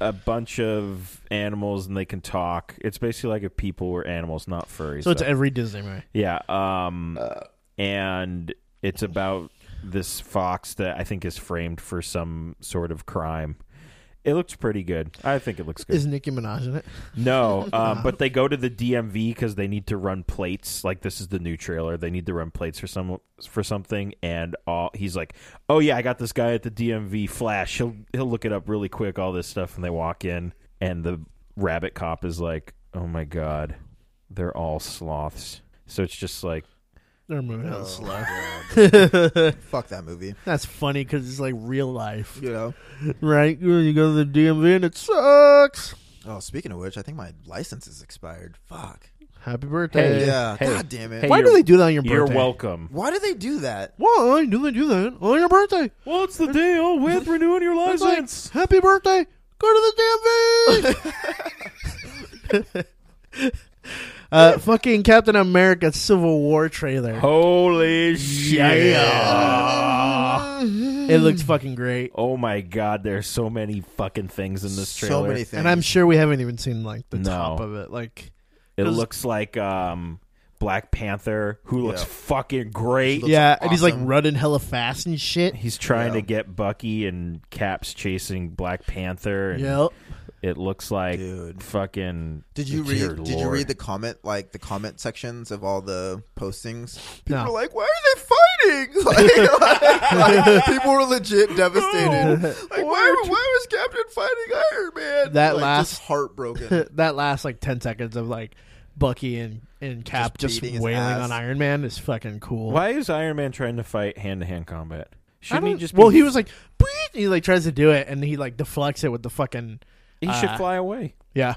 a bunch of animals and they can talk. It's basically like if people were animals, not furries. so it's every Disney movie. yeah. Um, and it's about this fox that I think is framed for some sort of crime. It looks pretty good. I think it looks good. Is Nicki Minaj in it? No, um, but they go to the DMV because they need to run plates. Like this is the new trailer. They need to run plates for some for something, and all he's like, "Oh yeah, I got this guy at the DMV. Flash. He'll he'll look it up really quick. All this stuff." And they walk in, and the rabbit cop is like, "Oh my god, they're all sloths." So it's just like They're moving Oh, out slow. God. Fuck that movie. That's funny because it's like real life, You know. right? You you go to the DMV and it sucks. Oh, speaking of which, I think my license is expired. Fuck. Happy birthday! Hey, yeah. hey, God damn it. hey. Why do you're- they do that on your birthday? you're welcome. Why do they do that? Why do they do that on your birthday? Well, it's the deal with renewing your It's like, happy birthday! Go to the DMV. uh, fucking Captain America Civil War trailer. Oh. Holy shit! It looks fucking great, Oh my god, there's so many fucking things in this trailer. So many things. and I'm sure we haven't even seen like the No. top of it. Like, It 'Cause- looks like um Black Panther, who looks Yeah. fucking great. Looks yeah, and he's like awesome. running hella fast and shit. He's trying Yeah. to get Bucky and Cap's chasing Black Panther and Yep. it looks like Dude. fucking Did you read? Dear Did you Lord. read the comment like the comment sections of all the postings? People No. were like, "Why are they fighting?" Like, like- like, people were legit devastated. Like, why, why was Captain fighting Iron Man? That like, last- just heartbroken. that last like 10 seconds of like Bucky and, and Cap Just just, beating his wailing ass. on Iron Man is fucking cool. Why is Iron Man trying to fight hand to hand combat? I Shouldn't he don't- just be, well, he was like, "Bleep," he like tries to do it and he like deflects it with the fucking he should uh, fly away. yeah.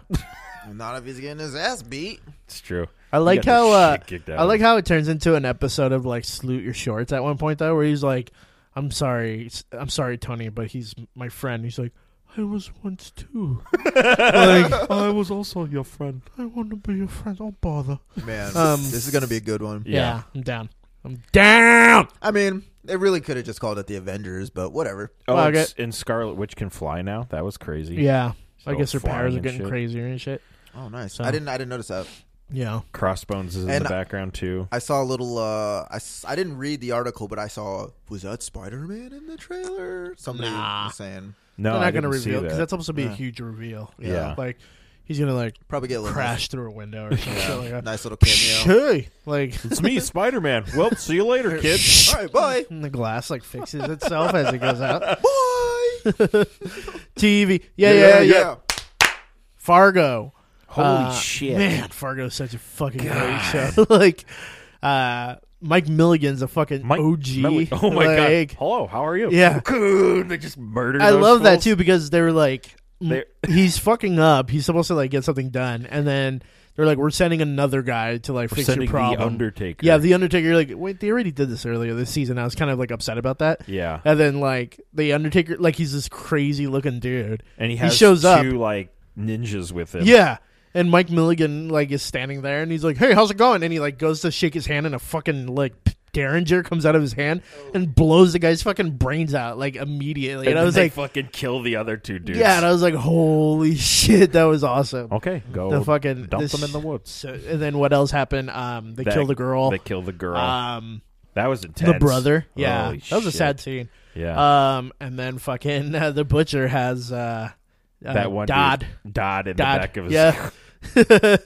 Not if he's getting his ass beat. It's true. I like got the how uh, shit kicked out I of like him. how it turns into an episode of like salute your shorts at one point though, where he's like, "I'm sorry, I'm sorry, Tony, but he's my friend." He's like, "I was once too. like, I was also your friend. I want to be your friend. Don't bother." Man, Um, this is gonna be a good one. Yeah, I'm down. I'm down. I mean, they really could have just called it the Avengers, but whatever. Oh, Well, I it's- and Scarlet Witch can fly now. That was crazy. Yeah, I So guess her flying powers are and getting shit. crazier and shit. Oh, nice. So- I didn't. I didn't notice that. Yeah. Crossbones is in And the background too. I saw a little. Uh, I, s- I didn't read the article, but I saw was that Spider Man in the trailer? Somebody Nah. was saying No, They're I not going to didn't see reveal because that. that's supposed to be a Yeah. huge reveal. Yeah. Yeah. Like, he's going to, like, probably get a little crash through a window or something like that. nice little cameo. Hey! Like, It's me, Spider Man. Well, see you later, kid. All right, bye. and the glass, like, fixes itself as it goes out. Bye. TV. Yeah, yeah, yeah. Fargo. Holy Uh, shit! Man, Fargo's such a fucking great show. like, uh, Mike Milligan's a fucking Mike OG. Melly- Oh my like, god! Hello, how are you? Yeah. Good. They just murdered. I those love that fools. too because they were like, m- They're- he's fucking up. He's supposed to like get something done, and then they're like, we're sending another guy to like We're fix sending your problem. the Undertaker. yeah, the Undertaker. You're like, wait, they already did this earlier this season. I was kind of like upset about that. yeah. And then like the Undertaker, like he's this crazy looking dude. And he has shows two up. like ninjas with him. Yeah. And Mike Milligan like is standing there and he's like, "Hey, how's it going?" And he like goes to shake his hand and a fucking like derringer comes out of his hand and blows the guy's fucking brains out like immediately. And, And, I then was they like, fucking kill the other two dudes. Yeah, and I was like, holy shit, that was awesome. okay, go. The fucking dump this- Oh, them in the woods. So, and then what else happened? Um, they That- killed a girl. They kill the girl. um, that was intense. the brother. Yeah, Holy that was a shit. sad scene. Yeah. Um, and then fucking uh, the butcher has uh, uh, that one. Dodd. Dude, Dodd in Dodd. the back of his. yeah.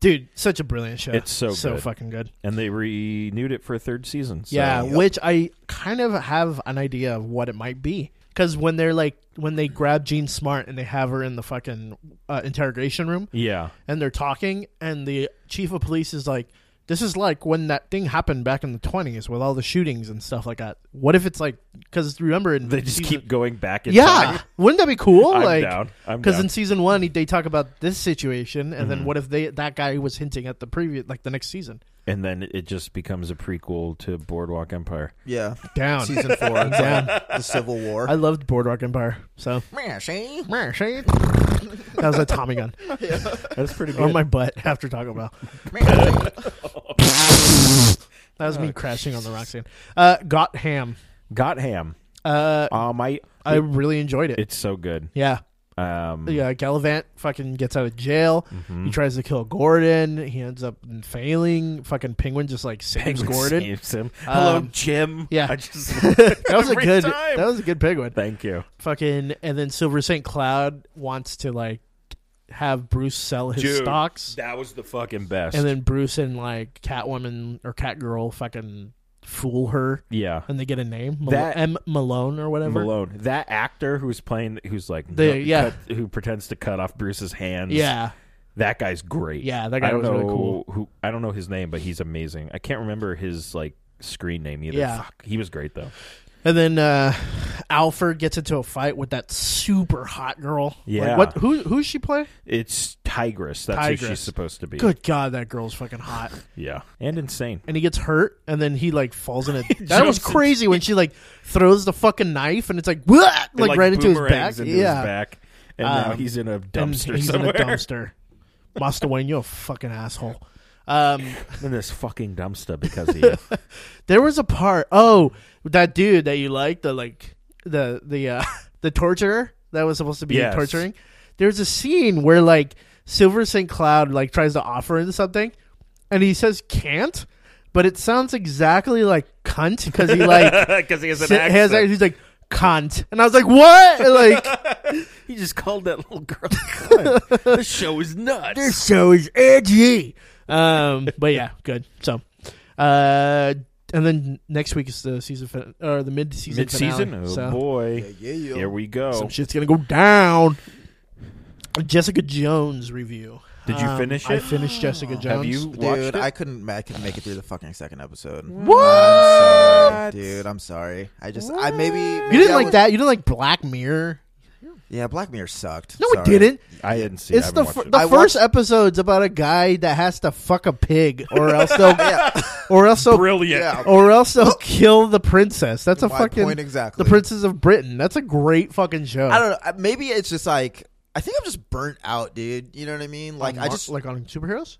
Dude, such a brilliant show. It's so so good. fucking good. And they renewed it for a third season. So. yeah, Yep. which I kind of have an idea of what it might be. Because when they're like, when they grab Jean Smart and they have her in the fucking uh, interrogation room, Yeah. and they're talking and the chief of police is like this is like when that thing happened back in the 20s with all the shootings and stuff like that what if it's like because remember in They just season- keep going back in yeah time. wouldn't that be cool I'm like down. I'm because down. Mm-hmm. in season one he- they talk about this situation and then what if they that guy was hinting at the previous like the next season and then it just becomes a prequel to Boardwalk Empire. Yeah. down Season four. It's Damn. like the Civil War. i loved boardwalk empire so Man, see? Man, see? that was a tommy gun That's pretty good. on my butt after taco bell Man, see? that was me crashing on the rock scene uh got ham Got ham. Uh, Oh my! I really enjoyed it. It's so good. yeah, Um, yeah. Gallivant fucking gets out of jail. Mm-hmm. He tries to kill Gordon. He ends up failing. Fucking Penguin just like saves Penguin Gordon. saves him. Hello, Um, Jim. yeah. I just That was a every good. time. That was a good penguin. Thank you. Fucking and then Silver St. Cloud wants to like have Bruce sell his Dude, stocks. That was the fucking best. and then Bruce and like Catwoman or Catgirl fucking fool her, yeah, and they get a name Mal- That- M Malone or whatever. Malone, that actor who's playing, who's like, The- no- yeah. cut- who pretends to cut off Bruce's hands. Yeah, that guy's great. Yeah, that guy I don't was really know cool. Who I don't know his name, but he's amazing. I can't remember his like screen name either. Yeah. Fuck. he was great though. and then uh Alfred gets into a fight with that super hot girl. Like, Yeah. what? Who? Who's she play? It's Tigress. That's who Tigress. she's supposed to be. Good God, that girl's fucking hot. Yeah, and insane. And he gets hurt, and then he like falls in a. That was jumps in- crazy when she like throws the fucking knife, and it's like, "Wah!" like, It, right into his back. boomerangs into his yeah, back. And now Um, he's in a And dumpster he's somewhere. in a dumpster. Master Wayne, you're a fucking asshole. Um, I'm in this fucking dumpster because of you. There was a part. Oh, that dude that you liked, the like the the uh, the torturer that was supposed to be Yes. torturing. There's a scene where like Silver St. Cloud like tries to offer him something, and he says can't, but it sounds exactly like cunt because he like Because he has an si- has accent. he's like cunt, and I was like what? And, like He just called that little girl. cunt. the show is nuts. this show is edgy. Um, but yeah, good. So, uh, and then next week is the season fin- or the mid season Mid season? Oh so. Yeah, boy. yeah, yeah. Here we go. Some shit's gonna go down. Jessica Jones review. Did you finish Um, I it? finished Jessica Jones. Have you watched it? Dude, I couldn't ma- I couldn't make it through the fucking second episode. What? I'm sorry, dude, I'm sorry. I just, I maybe, You maybe didn't I like was- that. You didn't like Black Mirror. Yeah, Black Mirror sucked. No, sorry. it didn't. I didn't see. it's it. the I fir- haven't the watched I first episode's about a guy that has to fuck a pig, or else they'll, Yeah, or else it. they'll, brilliant. yeah. or else they'll kill the princess. That's Oh, a My fucking point exactly. The Princess of Britain. That's a great fucking show. I don't know. Maybe it's just like I think I'm just burnt out, dude. You know what I mean? Like On I mar- just uh, like on superheroes.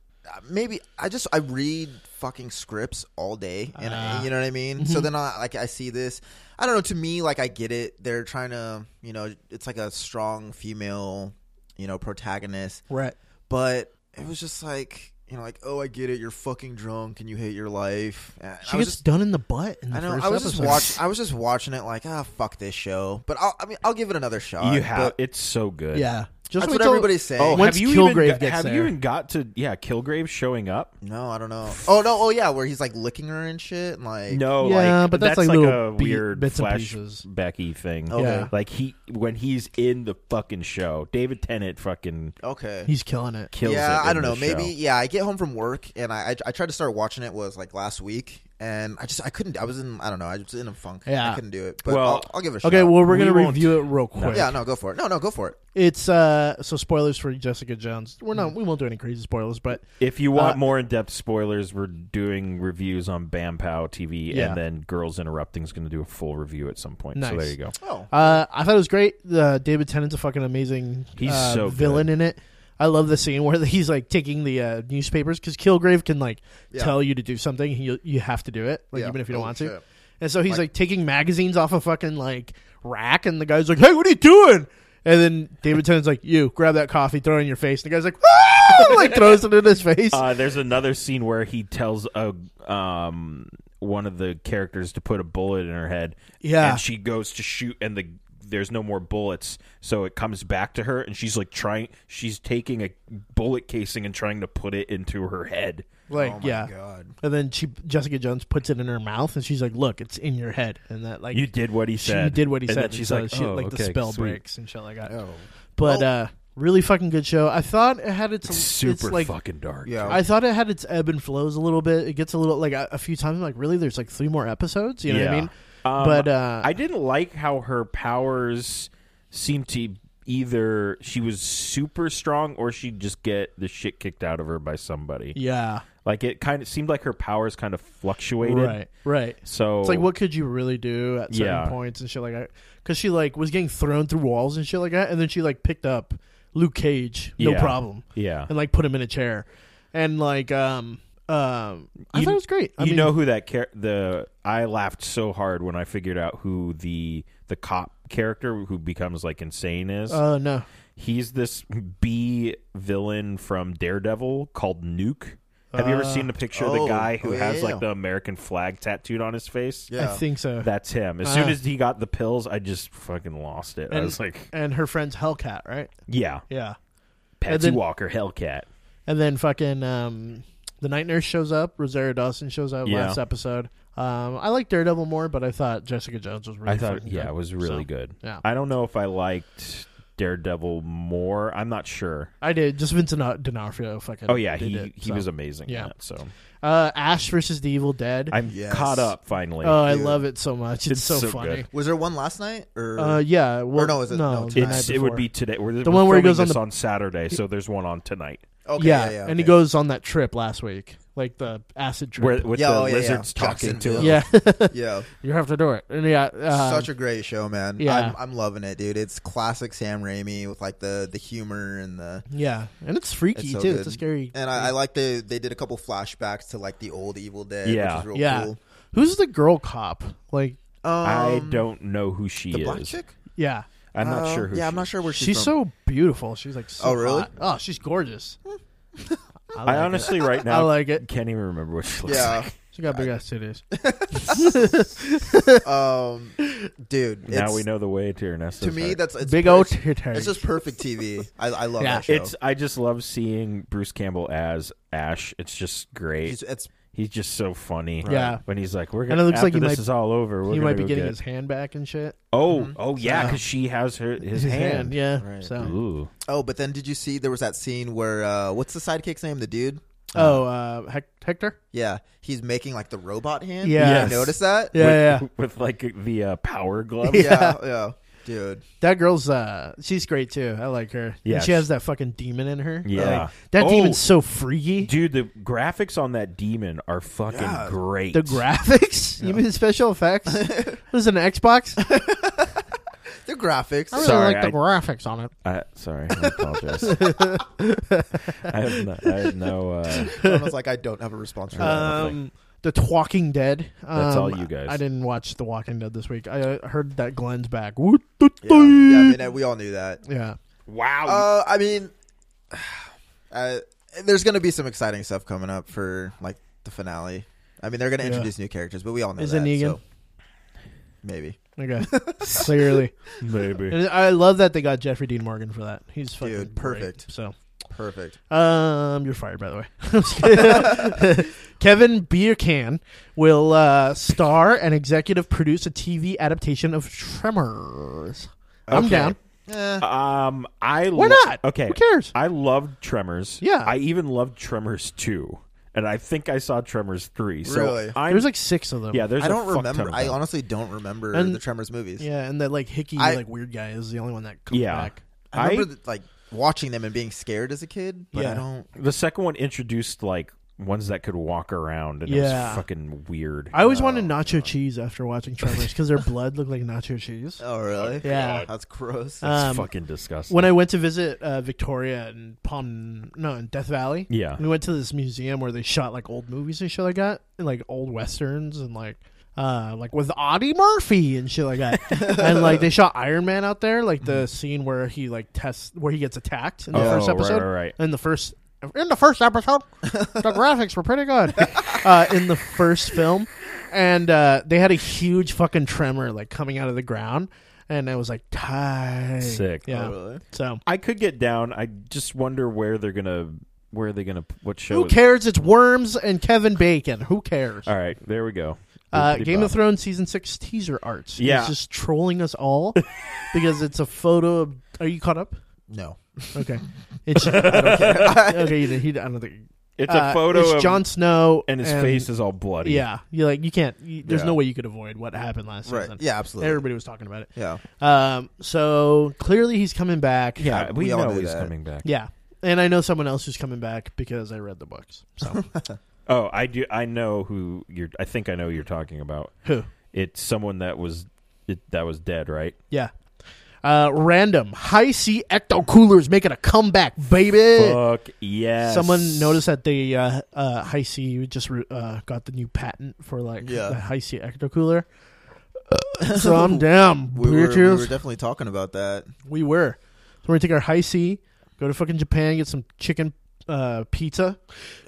maybe I just I read fucking scripts all day, and Ah. I, you know what I mean. Mm-hmm. So then I like I see this. I don't know. To me, like I get it. They're trying to, you know, it's like a strong female, you know, protagonist. Right. But it was just like you know, like oh, I get it. You're fucking drunk and you hate your life. And She I was gets just- done in the butt. In the I know. First I was episode. just watch. I was just watching it. Like, ah, fuck this show. But I'll, I mean, I'll give it another shot. You have. but It's so good. Yeah. Just That's wait what till- everybody's saying. Oh, Once have you Kilgrave even, gets have there. you even got to yeah Kilgrave showing up? No, I don't know. Oh no. Oh yeah, where he's like licking her and shit. And, like No, Yeah, like, but that's like like, little a be- weird bits and pieces. flashbacky thing. Okay. Yeah. Like he when he's in the fucking show, David Tennant fucking Okay. He's killing it. kills. yeah, it I in don't the know. Maybe show. yeah. I get home from work and I, I I tried to start watching it was like last week and I just I couldn't. I was in I don't know. I was in a funk. Yeah. I couldn't do it. But Well- I'll, I'll give it a shot. Okay, well, we're We gonna won't- review it real quick. yeah. No, go for it. No, no, go for it. It's uh, so spoilers for Jessica Jones. We're Mm. not, we won't do any crazy spoilers, but If you want Uh, more in depth spoilers, we're doing reviews on Bam Pow TV, Yeah. and then Girls Interrupting is going to do a full review at some point. So Nice. there you go. Oh, uh, I thought it was great. Uh, David Tennant's a fucking amazing He's uh, so villain in it. I love the scene where he's like taking the uh, newspapers because Kilgrave can like Yeah. tell you to do something, you you have to do it, like Yeah. even if you don't Oh, want to. shit. And so he's like, taking magazines off a fucking like rack, and the guy's like, "Hey, what are you doing?" And then David Tennant's like, "You grab that coffee, throw it in your face." And the guy's like, "Ah!" like throws it in his face. Uh, there's another scene where he tells a um one of the characters to put a bullet in her head. Yeah. and she goes to shoot, and the there's no more bullets, so it comes back to her, and she's like trying. She's taking a bullet casing and trying to put it into her head. like, oh my yeah. God. And then she Jessica Jones puts it in her mouth, and she's like, "Look, it's in your head." And that like You did what he she said. did what he and said. Then and she's so like, she, oh, like okay, the spell sweet. breaks and shit like that. Oh. But Oh. uh, really fucking good show. I thought it had its It's it's super like fucking dark. Yeah. I thought it had its ebb and flows a little bit. It gets a little like a, a few times. I'm like, really, there's like three more episodes. You know what I Yeah. mean? Um, but uh, I didn't like how her powers seemed to either she was super strong or she'd just get the shit kicked out of her by somebody. yeah, Like it kind of seemed like her powers kind of fluctuated. right, right. So It's like, what could you really do at certain Yeah. points and shit like that? Because she like was getting thrown through walls and shit like that, and then she like picked up Luke Cage, no Yeah. problem, Yeah. and like put him in a chair, and like um Um, I You- thought it was great. I you mean, know who that char- the I laughed so hard when I figured out who the the cop character who becomes like insane is. Oh no, He's this B villain from Daredevil called Nuke. Have you ever Uh, seen the picture of oh, the guy who oh, yeah, has yeah, yeah. like the American flag tattooed on his face? Yeah. I think so. That's him. As Ah. soon as he got the pills, I just fucking lost it. I And- was like, and her friend's Hellcat, right? yeah, Yeah. Patsy then- Walker, Hellcat. And then fucking um, the night nurse shows up. Rosario Dawson shows up Yeah. last episode. Um, I like Daredevil more, but I thought Jessica Jones was really. I thought, fucking yeah, good. it was really So, good. Yeah, I, I don't know if I liked Daredevil more. I'm not sure. did. Just Vincent D'Onofrio. Fucking. Oh yeah, did he it, he so. was amazing. Yeah. Yeah, so Uh, Ash versus the Evil Dead. I'm Yes. caught up finally. oh, I dude. love it so much. It's, It's so, so funny. good. Was there one last night? Or Uh, yeah. Well, no, is it- no, the tonight. it's night it would before. be today. We're, The one where he goes on this the- on Saturday, so there's one on tonight okay, yeah, yeah, and he okay. goes on that trip last week, like the acid trip. where with Yeah, the oh, yeah, yeah. lizards talking to Jacksonville. him. yeah, Yeah, you have to do it. And yeah, um, such a great show, man. yeah. I'm, I'm loving it, dude. It's classic Sam Raimi with like the the humor and the yeah, and it's freaky It's so too. good. It's a scary. and I, I like the they did a couple flashbacks to like the old Evil Dead, Yeah. which is real yeah, cool. who's the girl cop? Like, Um, I don't know who she the black is. chick. yeah, I'm not Um, sure who. yeah, she I'm not sure where she's, she's, from. so beautiful. She's like, so Oh, really? hot. Oh, she's gorgeous. I, like I honestly right it. I now like it. can't even remember what she looks Yeah, like. She got big ass titties. um, dude. Now it's- we know the way to Ernesto. To me, that's it's big per- old it's- titties. It's just perfect TV. I, I love Yeah. that show. it's. I just love seeing Bruce Campbell as Ash. It's just great. It's- He's, it's just so funny. Yeah. When he's like, "We're And gonna." it looks after like he this might- is all over. We're he gonna might be go getting get- his hand back and shit. Oh, Mhm. oh yeah, So- because she has her his, hand. hand, yeah. Right. So, Ooh. oh, but then did you see there was that scene where uh, what's the sidekick's name? The dude. oh, uh, Hec- Hector. Yeah, he's making like the robot hand. Yeah. Did Yes. you notice that? Yeah, yeah. with, with like the uh, power glove. Yeah. yeah, yeah. dude. That girl's uh she's great too. I like her. Yeah. Yeah, she has she- that fucking demon in her. Yeah. Like, that Oh. demon's so freaky. Dude, the graphics on that demon are fucking Yeah. great. The graphics? You mean special effects? was it an Xbox? The graphics. I really Sorry, like the I- graphics on it. I- sorry, I apologize. I have no. I have no uh, I was like, I don't have a response for that. Um The Walking Dead. Um, That's all you guys. I didn't watch The Walking Dead this week. I uh, heard that Glenn's back. What the Yeah, yeah, I mean, we all knew that. yeah. wow. Um, Uh, I mean, uh, there's going to be some exciting stuff coming up for like the finale. I mean, they're going to Yeah. introduce new characters, but we all know Is it that. Negan? so maybe, Okay. Clearly. Maybe. And I love that they got Jeffrey Dean Morgan for that. He's fucking great. Dude, perfect. So perfect. Um, you're fired, by the way. I'm just kidding. Kevin Bierkan will uh, star and executive produce a TV adaptation of Tremors. I'm Okay. down. Eh, Um, I Why lo- not? Okay, Who cares? I loved Tremors. Yeah. I even loved Tremors two, and I think I saw Tremors three. So Really? I'm, There's like six of them. yeah. There's I a don't fuck ton remember. of I them. honestly don't remember And- the Tremors movies. yeah, and that like hickey I- like weird guy is the only one that comes Yeah. back. I I- remember th- like watching them and being scared as a kid, but Yeah. I don't. The second one introduced like ones that could walk around, and it Yeah. was fucking weird. I always wanted Oh, nacho cheese after watching Tremors because their blood looked like nacho cheese. Oh, really? Yeah. that's gross. Uh, That's Um, fucking disgusting. When I went to visit uh, Victoria and Palm, no, in Death Valley, yeah, We went to this museum where they shot like old movies and shit like that, and like old westerns and like uh like with Audie Murphy and shit like that. and like they shot Iron Man out there, like the scene where he like tests where he gets attacked in the Mm-hmm. Oh, first right, episode. right, right. In the first In the first episode, the graphics were pretty good. uh in the first film. And uh they had a huge fucking tremor like coming out of the ground and it was like tight. Sick. Yeah. Oh, really? So I could get down. I just wonder where they're gonna, where they're gonna, what show? who it- cares? It's worms and Kevin Bacon. Who cares? All right, there we go. Uh, Bippity Game of bop. Thrones season six teaser arts. Yeah. it's just trolling us all because it's a photo. of... Are you caught up? No. Okay, it's okay. You, he, I don't think It's uh, a photo It's of Jon Snow and his face is all bloody. Yeah, you like you can't. You, there's Yeah. no way you could avoid what happened last Right. season. Yeah, absolutely. Everybody was talking about it. Yeah. Um, so clearly he's coming back. yeah. Uh, We, we all know knew he's that. coming back. yeah. And I know someone else who's coming back because I read the books. So Oh, I do. I know who you're. I think I know who you're talking about. who? It's someone that was, it, that was dead, right? Yeah. Uh, random high C ecto coolers making a comeback, baby. Fuck yes. Eh. Someone noticed that they uh, uh, high C just re- uh, got the new patent for like Yeah. the high C ecto cooler. so I'm down. We We were, we were bitches. definitely talking about that. We were. So we're gonna take our high C, go to fucking Japan, get some chicken uh, pizza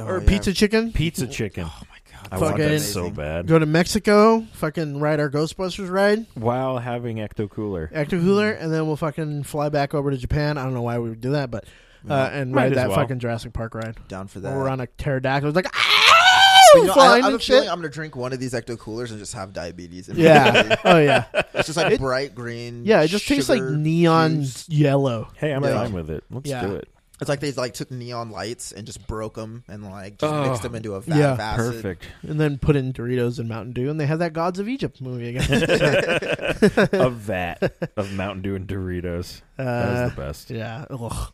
Oh, or yeah. pizza chicken. pizza chicken. Oh my god! I want fucking- that so bad. Go to Mexico, fucking ride our Ghostbusters ride, While having ecto cooler. ecto cooler, Mm-hmm. and then we'll fucking fly back over to Japan. I don't know why we would do that, but uh, and Might ride as that well. fucking Jurassic Park ride. Down for that. Where we're on a pterodactyl, it's like But you know, I, I flying have a and shit. feeling I'm gonna drink one of these ecto coolers and just have diabetes. yeah. immediately. oh yeah. it's just like bright green. Yeah. It just tastes like sugar neon juice. yellow. Hey, I'm Yeah. fine with it. Let's Yeah. do it. It's like they like took neon lights and just broke them and like just Oh. mixed them into a vat Yeah. of acid. Perfect. And then put in Doritos and Mountain Dew, and they had that Gods of Egypt movie again. A vat of Mountain Dew and Doritos. That Uh, is the best. yeah. Ugh.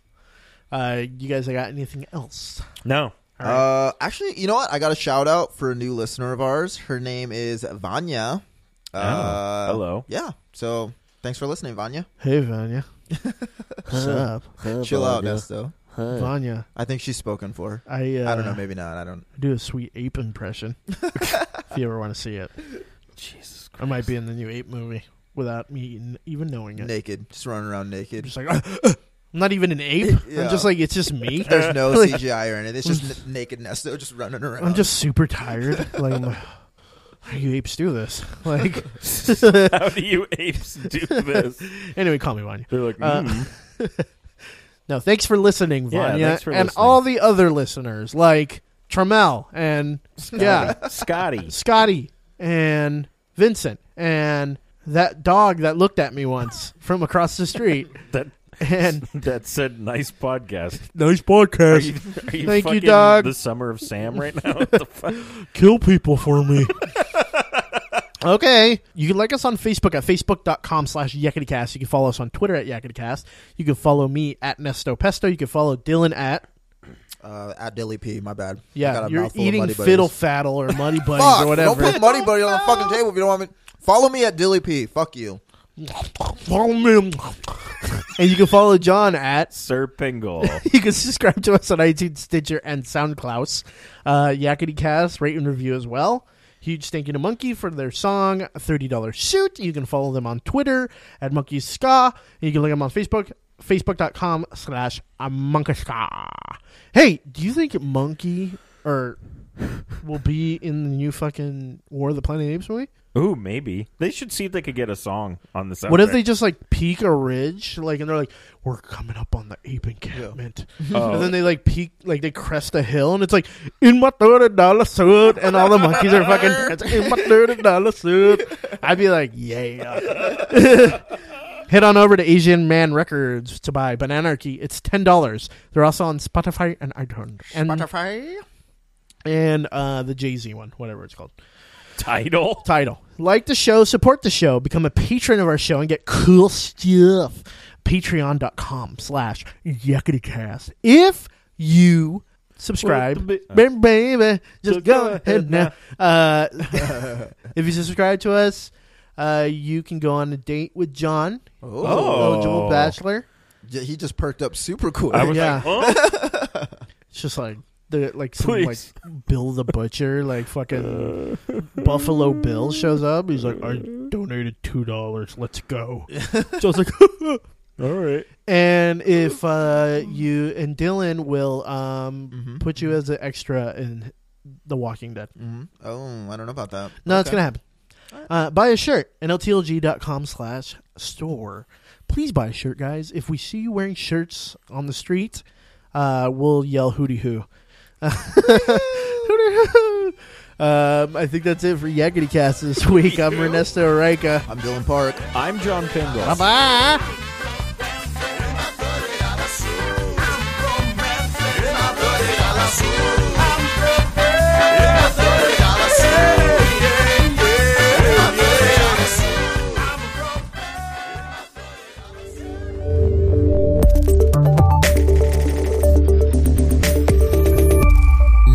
Uh, you guys got anything else? No. All right. Uh, actually, you know what? I got a shout out for a new listener of ours. Her name is Vanya. Oh, Uh, hello. Yeah. So thanks for listening, Vanya. hey, Vanya. What's up, Chill out, Nesto. Vanya? I think she's spoken for. I uh, I don't know. Maybe not. I don't. do a sweet ape impression. if you ever want to see it, Jesus Christ. I might be in the new ape movie without me n- even knowing it. Naked. Just running around I'm naked. just like "Uh, I'm not even an ape. Yeah. I'm just like it's just me. There's no Like- CGI or anything. It's just n- naked Nesto just running around. I'm just super tired. Like, I'm like, how you apes do this? Like, How do you apes do this? anyway, call me Vanya. They're like, Uh, mm. No, thanks for listening, Yeah, Vanya, thanks for and listening. all the other listeners, like Tramel and yeah, Scotty. Scotty and Vincent and that dog that looked at me once from across the street. That and that said, nice podcast. nice Are podcast. you, are you Thank you, fucking dog. The summer of Sam right now. What the fuck? kill people for me. okay. You can like us on Facebook at facebook.com slash yekitycast. You can follow us on Twitter at yekitycast. You can follow me at Nesto Pesto. You can follow Dylan at, uh, at Dilly P. My bad. I yeah, got a you're mouthful of eating Muddy Buddies. fiddle faddle or muddy buddies Fuck, or whatever. Don't put Muddy Buddy on the fucking table if you don't want me. Follow me at Dilly P. Fuck you. Follow me. and you can follow John at. Sir Pingle. You can subscribe to us on iTunes, Stitcher, and SoundCloud. Uh, YakityCast, rate and review as well. Huge thank you to Monkey for their song $30 Suit. You can follow them on Twitter at Monkey Ska. And you can look them on Facebook, facebook.com slash Monkey Ska. Hey, do you think Monkey or will be in the new fucking War of the Planet of the Apes movie? Ooh, maybe they should see if they could get a song on the soundtrack. What if they just like peak a ridge, like, and they're like, "We're coming up on the ape encampment," Oh. and then they like peak, like they crest a hill, and it's like, "In my thirty dollar suit," and all the monkeys are fucking dancing, in my thirty dollar suit. I'd be like, "Yeah." Head on over to Asian Man Records to buy Bananarchy. It's ten dollars. They're also on Spotify and iTunes and Spotify. and uh, the Jay Z one, whatever it's called title? title. Like the show, support the show, become a patron of our show, and get cool stuff. Patreon.com slash YakityCast. If you subscribe, Well, the baby, baby, just go ahead now. Uh, if you subscribe to us, uh, you can go on a date with John, Oh. eligible bachelor. Yeah, he just perked up super cool. I was Yeah. like, oh. huh? It's just like the like some Please. Uh, like Bill the Butcher, like fucking Buffalo Bill shows up. He's like, I donated two dollars. Let's go. so it's like, all right. and if uh, you and Dylan will um, Mhm. put you as an extra in The Walking Dead. Mhm. Oh, I don't know about that. No, it's Okay. gonna happen. Uh, buy a shirt nltlg.com slash store. Please buy a shirt, guys. If we see you wearing shirts on the street, uh, we'll yell hooty hoo. hooty hoo. Um, I think that's it for Yakety Cast this week. I'm Ernesto Reika. I'm Dylan Park. I'm John Pingle. 啊 Bye.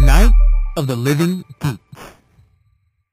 Night of the Living Geek.